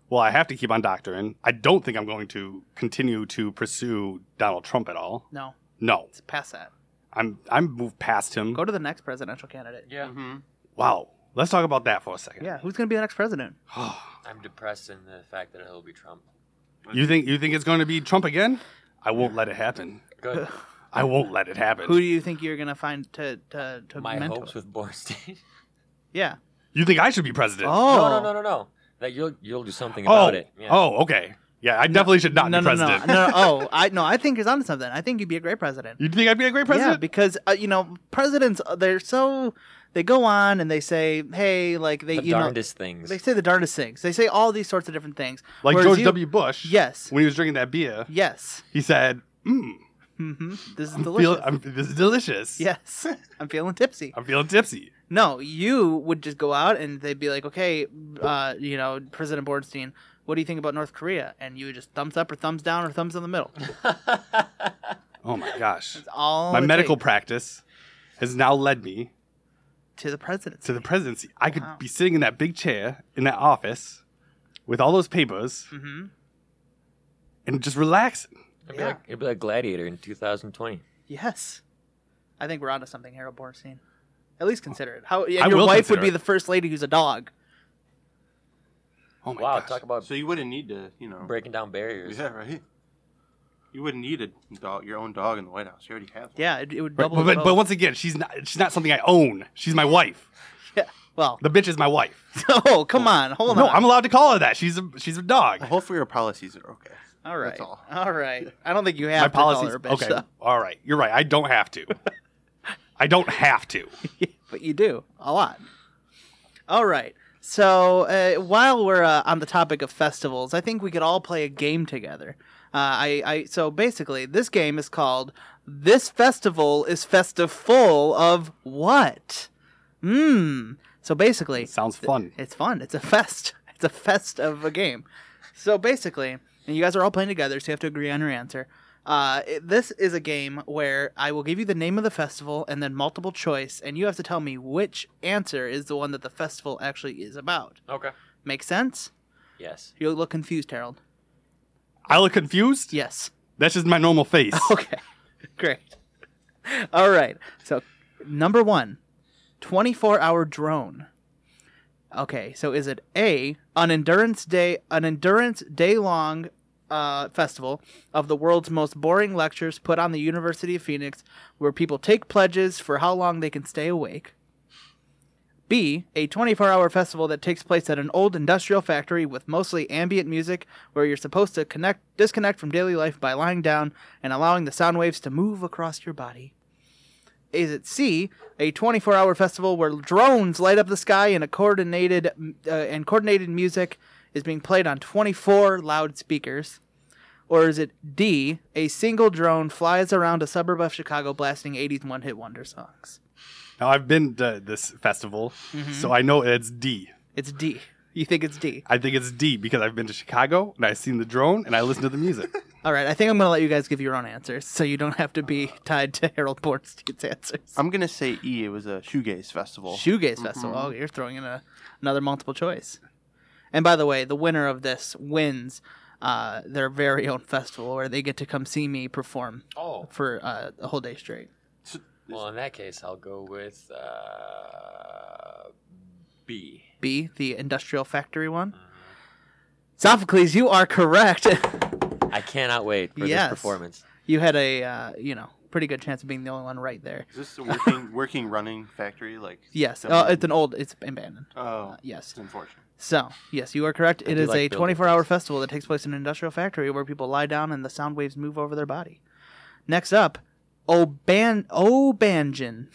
[SPEAKER 7] Well, I have to keep on doctoring. I don't think I'm going to continue to pursue Donald Trump at all.
[SPEAKER 2] No,
[SPEAKER 7] No,
[SPEAKER 2] it's past that.
[SPEAKER 7] I'm I'm moved past him.
[SPEAKER 2] Go to the next presidential candidate.
[SPEAKER 4] Yeah,
[SPEAKER 3] Mm-hmm.
[SPEAKER 7] Wow, let's talk about that for a second.
[SPEAKER 2] Yeah. Who's gonna be the next president?
[SPEAKER 4] I'm depressed in the fact that it'll be Trump.
[SPEAKER 7] You think you think it's going to be Trump again? I won't let it happen.
[SPEAKER 4] Good.
[SPEAKER 7] I won't let it happen.
[SPEAKER 2] Who do you think you're gonna find to to to
[SPEAKER 4] My
[SPEAKER 2] mentor?
[SPEAKER 4] hopes with Borstein.
[SPEAKER 2] Yeah.
[SPEAKER 7] you think I should be president?
[SPEAKER 2] Oh
[SPEAKER 4] No, no, no, no, no. That you'll you'll do something
[SPEAKER 7] Oh,
[SPEAKER 4] about it. Yeah.
[SPEAKER 7] oh, okay. Yeah, I definitely should not
[SPEAKER 2] no,
[SPEAKER 7] be
[SPEAKER 2] no, no,
[SPEAKER 7] president.
[SPEAKER 2] no, no. Oh, I no. I think he's onto something. I think you'd be a great president.
[SPEAKER 7] You think I'd be a great
[SPEAKER 2] Yeah,
[SPEAKER 7] president?
[SPEAKER 2] because uh, you know presidents uh, they're so they go on and they say hey like they
[SPEAKER 4] the
[SPEAKER 2] you know
[SPEAKER 4] darndest things.
[SPEAKER 2] they say the darndest things. They say all these sorts of different things.
[SPEAKER 7] like
[SPEAKER 2] Whereas
[SPEAKER 7] George
[SPEAKER 2] you-
[SPEAKER 7] W. Bush.
[SPEAKER 2] Yes.
[SPEAKER 7] When he was drinking that beer,
[SPEAKER 2] Yes.
[SPEAKER 7] he said, "Mmm,
[SPEAKER 2] hmm This is delicious.
[SPEAKER 7] feel I'm, this is delicious.
[SPEAKER 2] yes. I'm feeling tipsy.
[SPEAKER 7] I'm feeling tipsy."
[SPEAKER 2] No, you would just go out and they'd be like, okay, uh, you know, President Bornstein, what do you think about North Korea? And you would just thumbs up or thumbs down or thumbs in the middle.
[SPEAKER 7] Oh my gosh!
[SPEAKER 2] It's all
[SPEAKER 7] my
[SPEAKER 2] it
[SPEAKER 7] medical
[SPEAKER 2] takes
[SPEAKER 7] practice has now led me
[SPEAKER 2] to the presidency.
[SPEAKER 7] to the presidency. I could
[SPEAKER 2] Wow.
[SPEAKER 7] be sitting in that big chair in that office with all those papers
[SPEAKER 2] hmm
[SPEAKER 7] and just relaxing.
[SPEAKER 4] it'd, be
[SPEAKER 2] yeah.
[SPEAKER 4] like, it'd be like Gladiator in 2020.
[SPEAKER 2] Yes, I think we're onto something, Harold Bornstein. At least consider it. How and
[SPEAKER 7] I
[SPEAKER 2] your
[SPEAKER 7] will
[SPEAKER 2] wife would
[SPEAKER 7] consider
[SPEAKER 2] be
[SPEAKER 7] it.
[SPEAKER 2] the first lady who's a dog.
[SPEAKER 7] Oh my
[SPEAKER 4] wow,
[SPEAKER 7] gosh!
[SPEAKER 4] talk about
[SPEAKER 7] Oh
[SPEAKER 2] Uh,
[SPEAKER 3] So you wouldn't need to, you know.
[SPEAKER 4] breaking down barriers.
[SPEAKER 3] Yeah, right. You you wouldn't need a dog, your own dog in the White House. You already have. One.
[SPEAKER 2] Yeah, it, it would
[SPEAKER 7] But,
[SPEAKER 2] double.
[SPEAKER 7] but,
[SPEAKER 2] the
[SPEAKER 7] but
[SPEAKER 2] vote.
[SPEAKER 7] once again, she's not she's not something I own. She's my wife.
[SPEAKER 2] Yeah, well,
[SPEAKER 7] The bitch is my wife.
[SPEAKER 2] oh come on, hold
[SPEAKER 7] no,
[SPEAKER 2] on.
[SPEAKER 7] I'm allowed to call her that. She's a she's a dog.
[SPEAKER 3] Well, hopefully, our policies are okay.
[SPEAKER 2] all right, Uh,
[SPEAKER 3] That's all.
[SPEAKER 2] all right. I don't think you have
[SPEAKER 7] My
[SPEAKER 2] to call
[SPEAKER 7] policies.
[SPEAKER 2] her a bitch,
[SPEAKER 7] Okay,
[SPEAKER 2] though.
[SPEAKER 7] all right. You're right. I don't have to. I don't have to.
[SPEAKER 2] but you do a lot. All right. So uh, while we're uh, on the topic of festivals, I think we could all play a game together. Uh, I, I so basically this game is called "This Festival is Festive Full of What." Hmm. So basically,
[SPEAKER 7] Sounds fun.
[SPEAKER 2] it's fun. It's a fest. It's a fest of a game. So basically, and you guys are all playing together, so you have to agree on your answer. Uh, it- this is a game where I will give you the name of the festival and then multiple choice, and you have to tell me which answer is the one that the festival actually is about.
[SPEAKER 4] Okay.
[SPEAKER 2] Make sense?
[SPEAKER 4] Yes.
[SPEAKER 2] You look confused, Harold.
[SPEAKER 7] I look confused.
[SPEAKER 2] Yes.
[SPEAKER 7] That's just my normal face.
[SPEAKER 2] Okay. Great. All right. So, number one 24 hour drone. Okay. So, is it A, an endurance day, an endurance day long uh, festival of the world's most boring lectures put on the University of Phoenix where people take pledges for how long they can stay awake? B, a 24 hour festival that takes place at an old industrial factory with mostly ambient music where you're supposed to connect, disconnect from daily life by lying down and allowing the sound waves to move across your body. Is it C, a 24 hour festival where drones light up the sky and a coordinated uh, and coordinated music is being played on 24 loudspeakers? Or is it D, a single drone flies around a suburb of Chicago blasting 80s one hit wonder songs?
[SPEAKER 7] Now I've been to this festival,
[SPEAKER 2] Mm-hmm.
[SPEAKER 7] so I know it's D.
[SPEAKER 2] It's D. You think it's D?
[SPEAKER 7] I think it's D because I've been to Chicago and I've seen the drone and I listen to the music.
[SPEAKER 2] All right, I think I'm going to let you guys give your own answers so you don't have to be tied to Harold Bornstein's answers.
[SPEAKER 3] I'm gonna say E. It was a shoegaze festival.
[SPEAKER 2] Shoegaze Festival. Oh, you're throwing in a, another multiple choice. And by the way, the winner of this wins uh, their very own festival where they get to come see me perform
[SPEAKER 4] Oh.
[SPEAKER 2] for uh, a whole day straight.
[SPEAKER 4] Well, in that case, I'll go with uh, B.
[SPEAKER 2] B, the industrial factory one. Sophocles, you are correct.
[SPEAKER 4] I cannot wait for
[SPEAKER 2] Yes.
[SPEAKER 4] this performance.
[SPEAKER 2] you had a, uh, you know, pretty good chance of being the only one right there.
[SPEAKER 3] Is this a working working running factory? Like
[SPEAKER 2] Yes,
[SPEAKER 3] something-
[SPEAKER 2] uh, it's an old, it's abandoned.
[SPEAKER 3] oh,
[SPEAKER 2] Uh, Yes.
[SPEAKER 3] it's unfortunate.
[SPEAKER 2] So, yes, you are correct. It
[SPEAKER 4] do
[SPEAKER 2] is
[SPEAKER 4] like
[SPEAKER 2] a
[SPEAKER 4] building
[SPEAKER 2] 24 hour festival that takes place in an industrial factory where people lie down and the sound waves move over their body. Next up, Oban- Obanjin.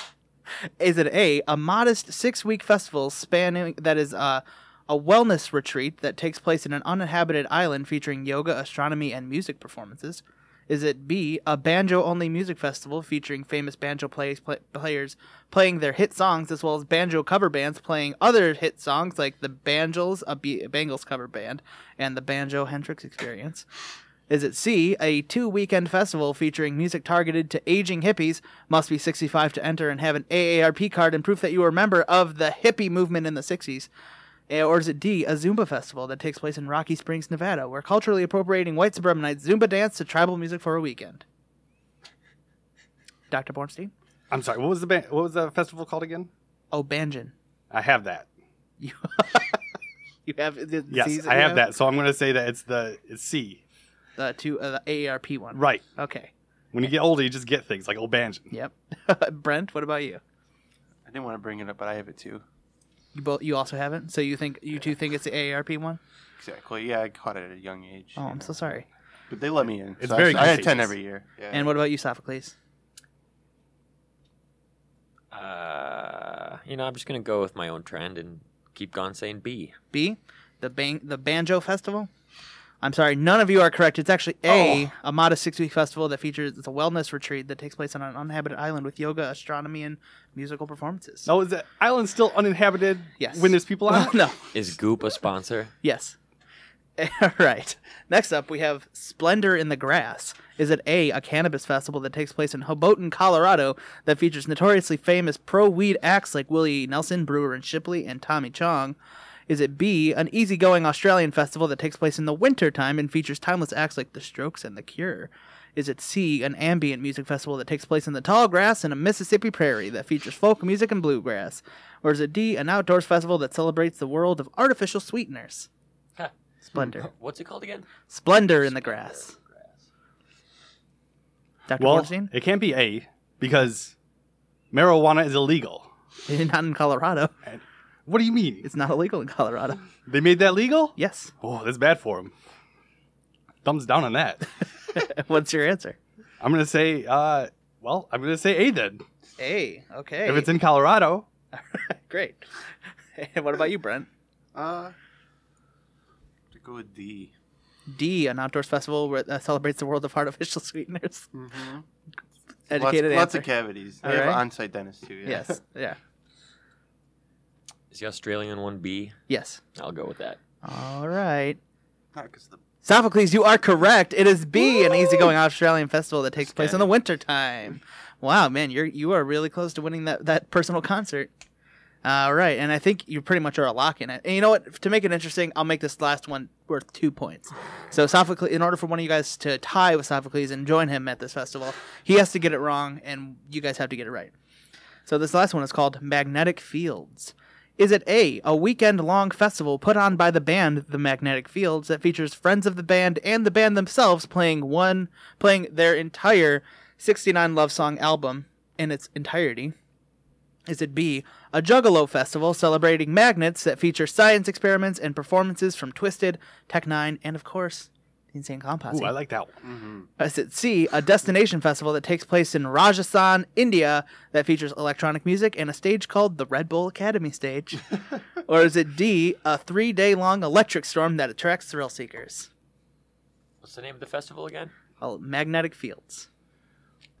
[SPEAKER 2] is it A, a modest six week festival spanning that is uh, a wellness retreat that takes place in an uninhabited island featuring yoga, astronomy, and music performances? Is it B, a banjo only music festival featuring famous banjo plays, pla players playing their hit songs as well as banjo cover bands playing other hit songs like the Banjos, a B- Bangles cover band, and the Banjo Hendrix Experience? Is it C, a two weekend festival featuring music targeted to aging hippies, must be 65 to enter and have an AARP card and proof that you were a member of the hippie movement in the 60s? Eh, Or is it D, a Zumba festival that takes place in Rocky Springs, Nevada, where culturally appropriating white suburbanites Zumba dance to tribal music for a weekend? Dr. Bornstein?
[SPEAKER 7] I'm sorry. What was the band, what was the festival called again?
[SPEAKER 2] Oh, Banjin.
[SPEAKER 7] I have that.
[SPEAKER 2] You, you have the
[SPEAKER 7] Yes,
[SPEAKER 2] C's
[SPEAKER 7] I
[SPEAKER 2] you
[SPEAKER 7] have that. So I'm going to say that it's the it's C.
[SPEAKER 2] The two uh, the AARP one.
[SPEAKER 7] Right.
[SPEAKER 2] Okay.
[SPEAKER 7] When you get older, you just get things like Obanjin.
[SPEAKER 2] Yep. Brent, what about you?
[SPEAKER 3] I didn't want to bring it up, but I have it too.
[SPEAKER 2] You both you also haven't. So you think you two think it's the AARP one?
[SPEAKER 3] Exactly. Yeah, I caught it at a young age.
[SPEAKER 2] Oh,
[SPEAKER 3] you
[SPEAKER 2] I'm
[SPEAKER 3] know.
[SPEAKER 2] so sorry.
[SPEAKER 3] But they let me in.
[SPEAKER 7] It's
[SPEAKER 3] so I-
[SPEAKER 7] very
[SPEAKER 3] I, attend
[SPEAKER 7] contagious.
[SPEAKER 3] every year. Yeah.
[SPEAKER 2] And what about you, Sophocles?
[SPEAKER 4] Uh, you know, I'm just gonna go with my own trend and keep on saying B.
[SPEAKER 2] B, the bang the banjo festival. I'm sorry, none of you are correct. It's actually A, a modest six week festival that features it's a wellness retreat that takes place on an uninhabited island with yoga, astronomy, and musical performances.
[SPEAKER 7] Now, Oh, is the island still uninhabited
[SPEAKER 2] Yes.
[SPEAKER 7] when there's people on
[SPEAKER 2] Well,
[SPEAKER 7] it?
[SPEAKER 2] no.
[SPEAKER 4] Is Goop a sponsor?
[SPEAKER 2] Yes. All right. Next up, we have Splendor in the Grass. Is it A, a cannabis festival that takes place in Hoboken, Colorado, that features notoriously famous pro weed acts like Willie Nelson, Brewer and Shipley, and Tommy Chong? Is it B, an easygoing Australian festival that takes place in the wintertime and features timeless acts like The Strokes and The Cure? Is it C, an ambient music festival that takes place in the tall grass in a Mississippi prairie that features folk music and bluegrass? Or is it D, an outdoors festival that celebrates the world of artificial sweeteners? Splendor.
[SPEAKER 4] What's it called again?
[SPEAKER 2] Splendor in the grass. Dr.
[SPEAKER 7] Well,
[SPEAKER 2] Bornstein?
[SPEAKER 7] it can't be A because marijuana is illegal.
[SPEAKER 2] Not in Colorado.
[SPEAKER 7] What do you mean?
[SPEAKER 2] It's not illegal in Colorado.
[SPEAKER 7] They made that legal?
[SPEAKER 2] Yes.
[SPEAKER 7] Oh, that's bad for him. Thumbs down on that.
[SPEAKER 2] What's your answer?
[SPEAKER 7] I'm gonna say, uh, well, I'm gonna say A then.
[SPEAKER 2] A. Okay.
[SPEAKER 7] If it's in Colorado,
[SPEAKER 2] Great. And what about you, Brent?
[SPEAKER 3] Uh, to go with D.
[SPEAKER 2] D, an outdoors festival where, that celebrates the world of artificial sweeteners.
[SPEAKER 3] Mm-hmm.
[SPEAKER 2] Educated
[SPEAKER 3] lots, lots of
[SPEAKER 2] answer.
[SPEAKER 3] cavities. They
[SPEAKER 2] All
[SPEAKER 3] have
[SPEAKER 2] right.
[SPEAKER 3] on-site dentists too. Yeah.
[SPEAKER 2] Yes. Yeah.
[SPEAKER 4] Is the Australian one B?
[SPEAKER 2] Yes.
[SPEAKER 4] I'll go with that.
[SPEAKER 2] All right.
[SPEAKER 3] Not 'cause the
[SPEAKER 2] Sophocles, you are correct. It is B, an easygoing Australian festival that takes place in
[SPEAKER 4] Okay.
[SPEAKER 2] the wintertime. Wow, man, you're you are really close to winning that, that personal concert. All right, and I think you pretty much are a lock in it. And you know what? To make it interesting, I'll make this last one worth two points. So Sophocles, in order for one of you guys to tie with Sophocles and join him at this festival, he has to get it wrong, and you guys have to get it right. So this last one is called Magnetic Fields. Is it A, a weekend long festival put on by the band The Magnetic Fields that features friends of the band and the band themselves playing one playing their entire 69 love song album in its entirety? Is it B, a Juggalo festival celebrating magnets that feature science experiments and performances from Twisted, Tech Nine, and of course, the Insane Clown Posse?
[SPEAKER 7] ooh, I like that one.
[SPEAKER 2] Us at Sea, a destination festival that takes place in Rajasthan, India, that features electronic music and a stage called the Red Bull Academy Stage? or is it D, a three day long electric storm that attracts thrill seekers?
[SPEAKER 4] What's the name of the festival again?
[SPEAKER 2] Oh, magnetic fields.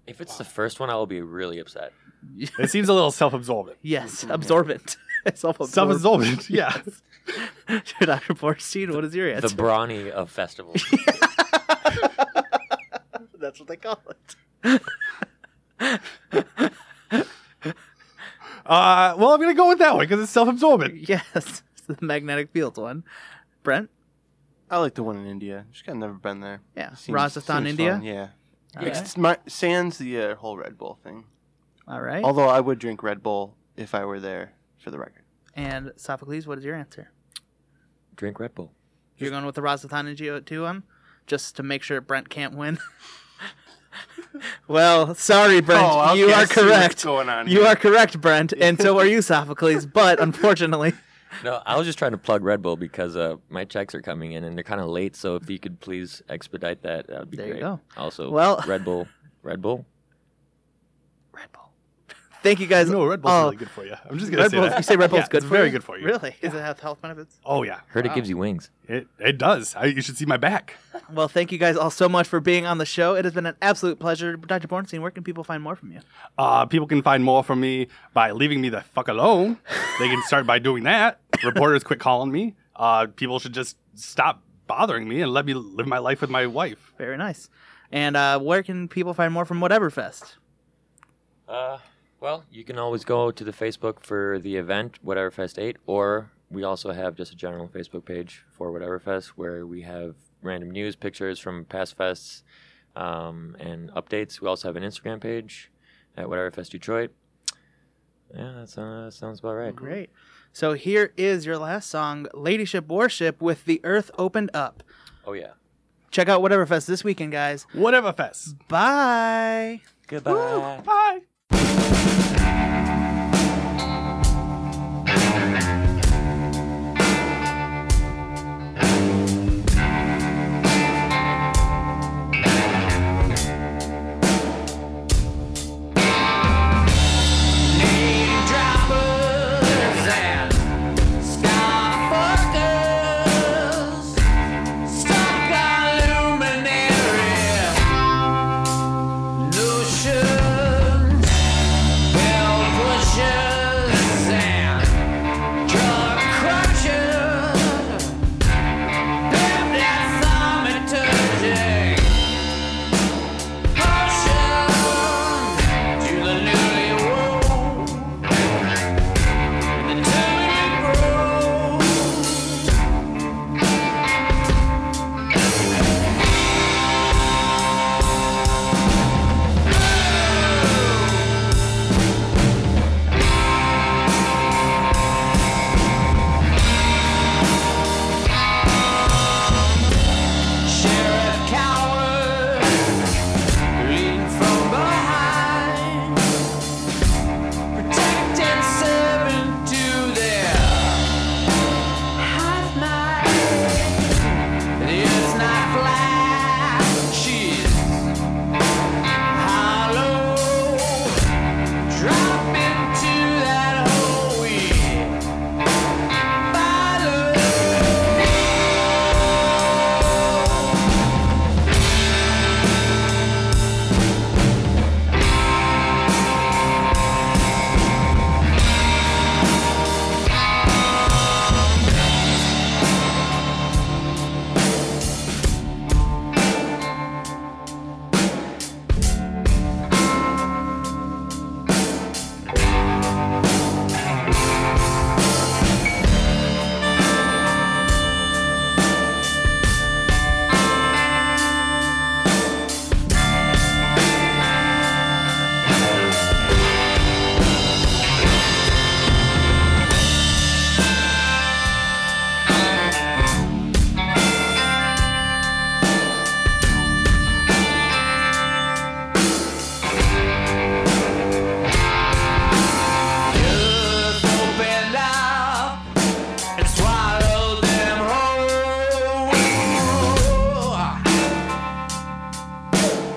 [SPEAKER 4] If it's the first one, I'll be really upset.
[SPEAKER 7] It seems a little self-absorbent.
[SPEAKER 2] Yes, absorbent. Self-absorbed.
[SPEAKER 7] Self-absorbent, yeah.
[SPEAKER 2] Dr. Borstein, what is your answer?
[SPEAKER 4] The Brawny of festivals.
[SPEAKER 2] That's what they call it.
[SPEAKER 7] Uh, well, I'm gonna go with that one because it's self-absorbent.
[SPEAKER 2] Yes, it's the magnetic fields one. Brent?
[SPEAKER 3] I like the one in India. Just kind of never been there.
[SPEAKER 2] Yeah.
[SPEAKER 3] Seems-
[SPEAKER 2] Rajasthan,
[SPEAKER 3] seems
[SPEAKER 2] India?
[SPEAKER 3] fun, yeah. It's my, sans the uh, whole Red Bull thing.
[SPEAKER 2] All right.
[SPEAKER 3] Although I would drink Red Bull if I were there, for the record.
[SPEAKER 2] And Sophocles, what is your answer?
[SPEAKER 4] Drink Red Bull.
[SPEAKER 2] You're going with the Razathan and Geo 2 m just to make sure Brent can't win. well, sorry, Brent. you
[SPEAKER 3] Oh, okay, I
[SPEAKER 2] are
[SPEAKER 3] see what's
[SPEAKER 2] correct.
[SPEAKER 3] going on
[SPEAKER 2] You
[SPEAKER 3] here.
[SPEAKER 2] are correct, Brent, and so are you, Sophocles. But unfortunately,
[SPEAKER 4] No, I was just trying to plug Red Bull because uh, my checks are coming in and they're kind of late. So if you could please expedite that, that would be
[SPEAKER 2] There you
[SPEAKER 4] great.
[SPEAKER 2] go.
[SPEAKER 4] Also,
[SPEAKER 2] Well-
[SPEAKER 4] Red Bull, Red Bull.
[SPEAKER 2] Red Bull. Thank you guys.
[SPEAKER 7] No, Red Bull's
[SPEAKER 2] all-
[SPEAKER 7] really good for you. I'm just
[SPEAKER 2] Oh.
[SPEAKER 7] gonna
[SPEAKER 2] Red
[SPEAKER 7] say
[SPEAKER 2] Bull.
[SPEAKER 7] that.
[SPEAKER 2] You say Red Bull's
[SPEAKER 7] Yeah,
[SPEAKER 2] good
[SPEAKER 7] it's
[SPEAKER 2] for
[SPEAKER 7] very
[SPEAKER 2] you?
[SPEAKER 7] good for you.
[SPEAKER 2] Really? Does it have health benefits?
[SPEAKER 7] Oh yeah,
[SPEAKER 4] Heard it gives you wings.
[SPEAKER 7] it it does. I, you should see my back.
[SPEAKER 2] Well, thank you guys all so much for being on the show. It has been an absolute pleasure. Dr. Bornstein, where can people find more from you?
[SPEAKER 7] Uh, people can find more from me by leaving me the fuck alone. They can start by doing that. Reporters quit calling me. Uh, people should just stop bothering me and let me live my life with my wife.
[SPEAKER 2] Very nice. And uh, where can people find more from Whateverfest?
[SPEAKER 4] Uh, well, you can always go to the Facebook for the event, Whatever Fest 8, or we also have just a general Facebook page for Whatever Fest where we have random news, pictures from past fests, um, and updates. We also have an Instagram page at Whatever Fest Detroit. Yeah, that uh, sounds about right.
[SPEAKER 2] Great. So here is your last song, Ladyship Worship, with The Earth Opened Up.
[SPEAKER 4] Oh, yeah.
[SPEAKER 2] Check out Whatever Fest this weekend, guys.
[SPEAKER 7] Whatever, fest.
[SPEAKER 2] Bye.
[SPEAKER 4] Goodbye.
[SPEAKER 7] Bye.
[SPEAKER 6] Illuminated notions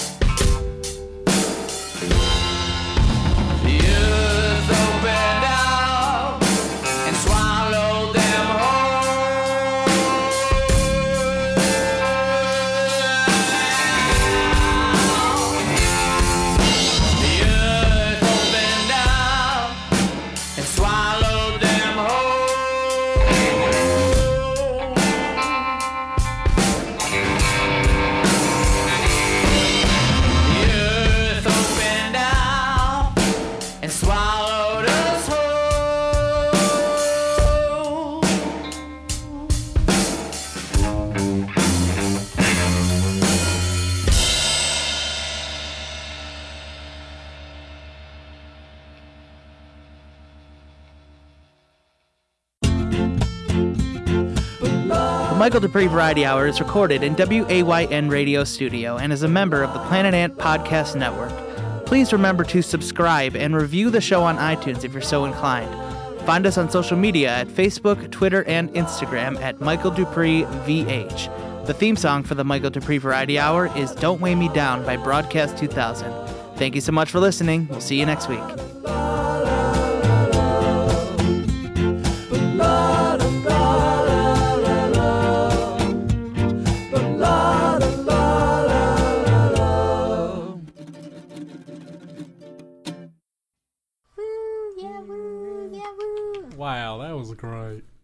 [SPEAKER 5] oh, oh,
[SPEAKER 2] The Michael Dupree Variety Hour is recorded in WAYN Radio Studio and is a member of the Planet Ant Podcast Network. Please remember to subscribe and review the show on iTunes if you're so inclined. Find us on social media at Facebook, Twitter, and Instagram at Michael Dupree VH. The theme song for the Michael Dupree Variety Hour is Don't Weigh Me Down by Broadcast 2000. Thank you so much for listening. We'll see you next week.
[SPEAKER 8] Wow, that was great.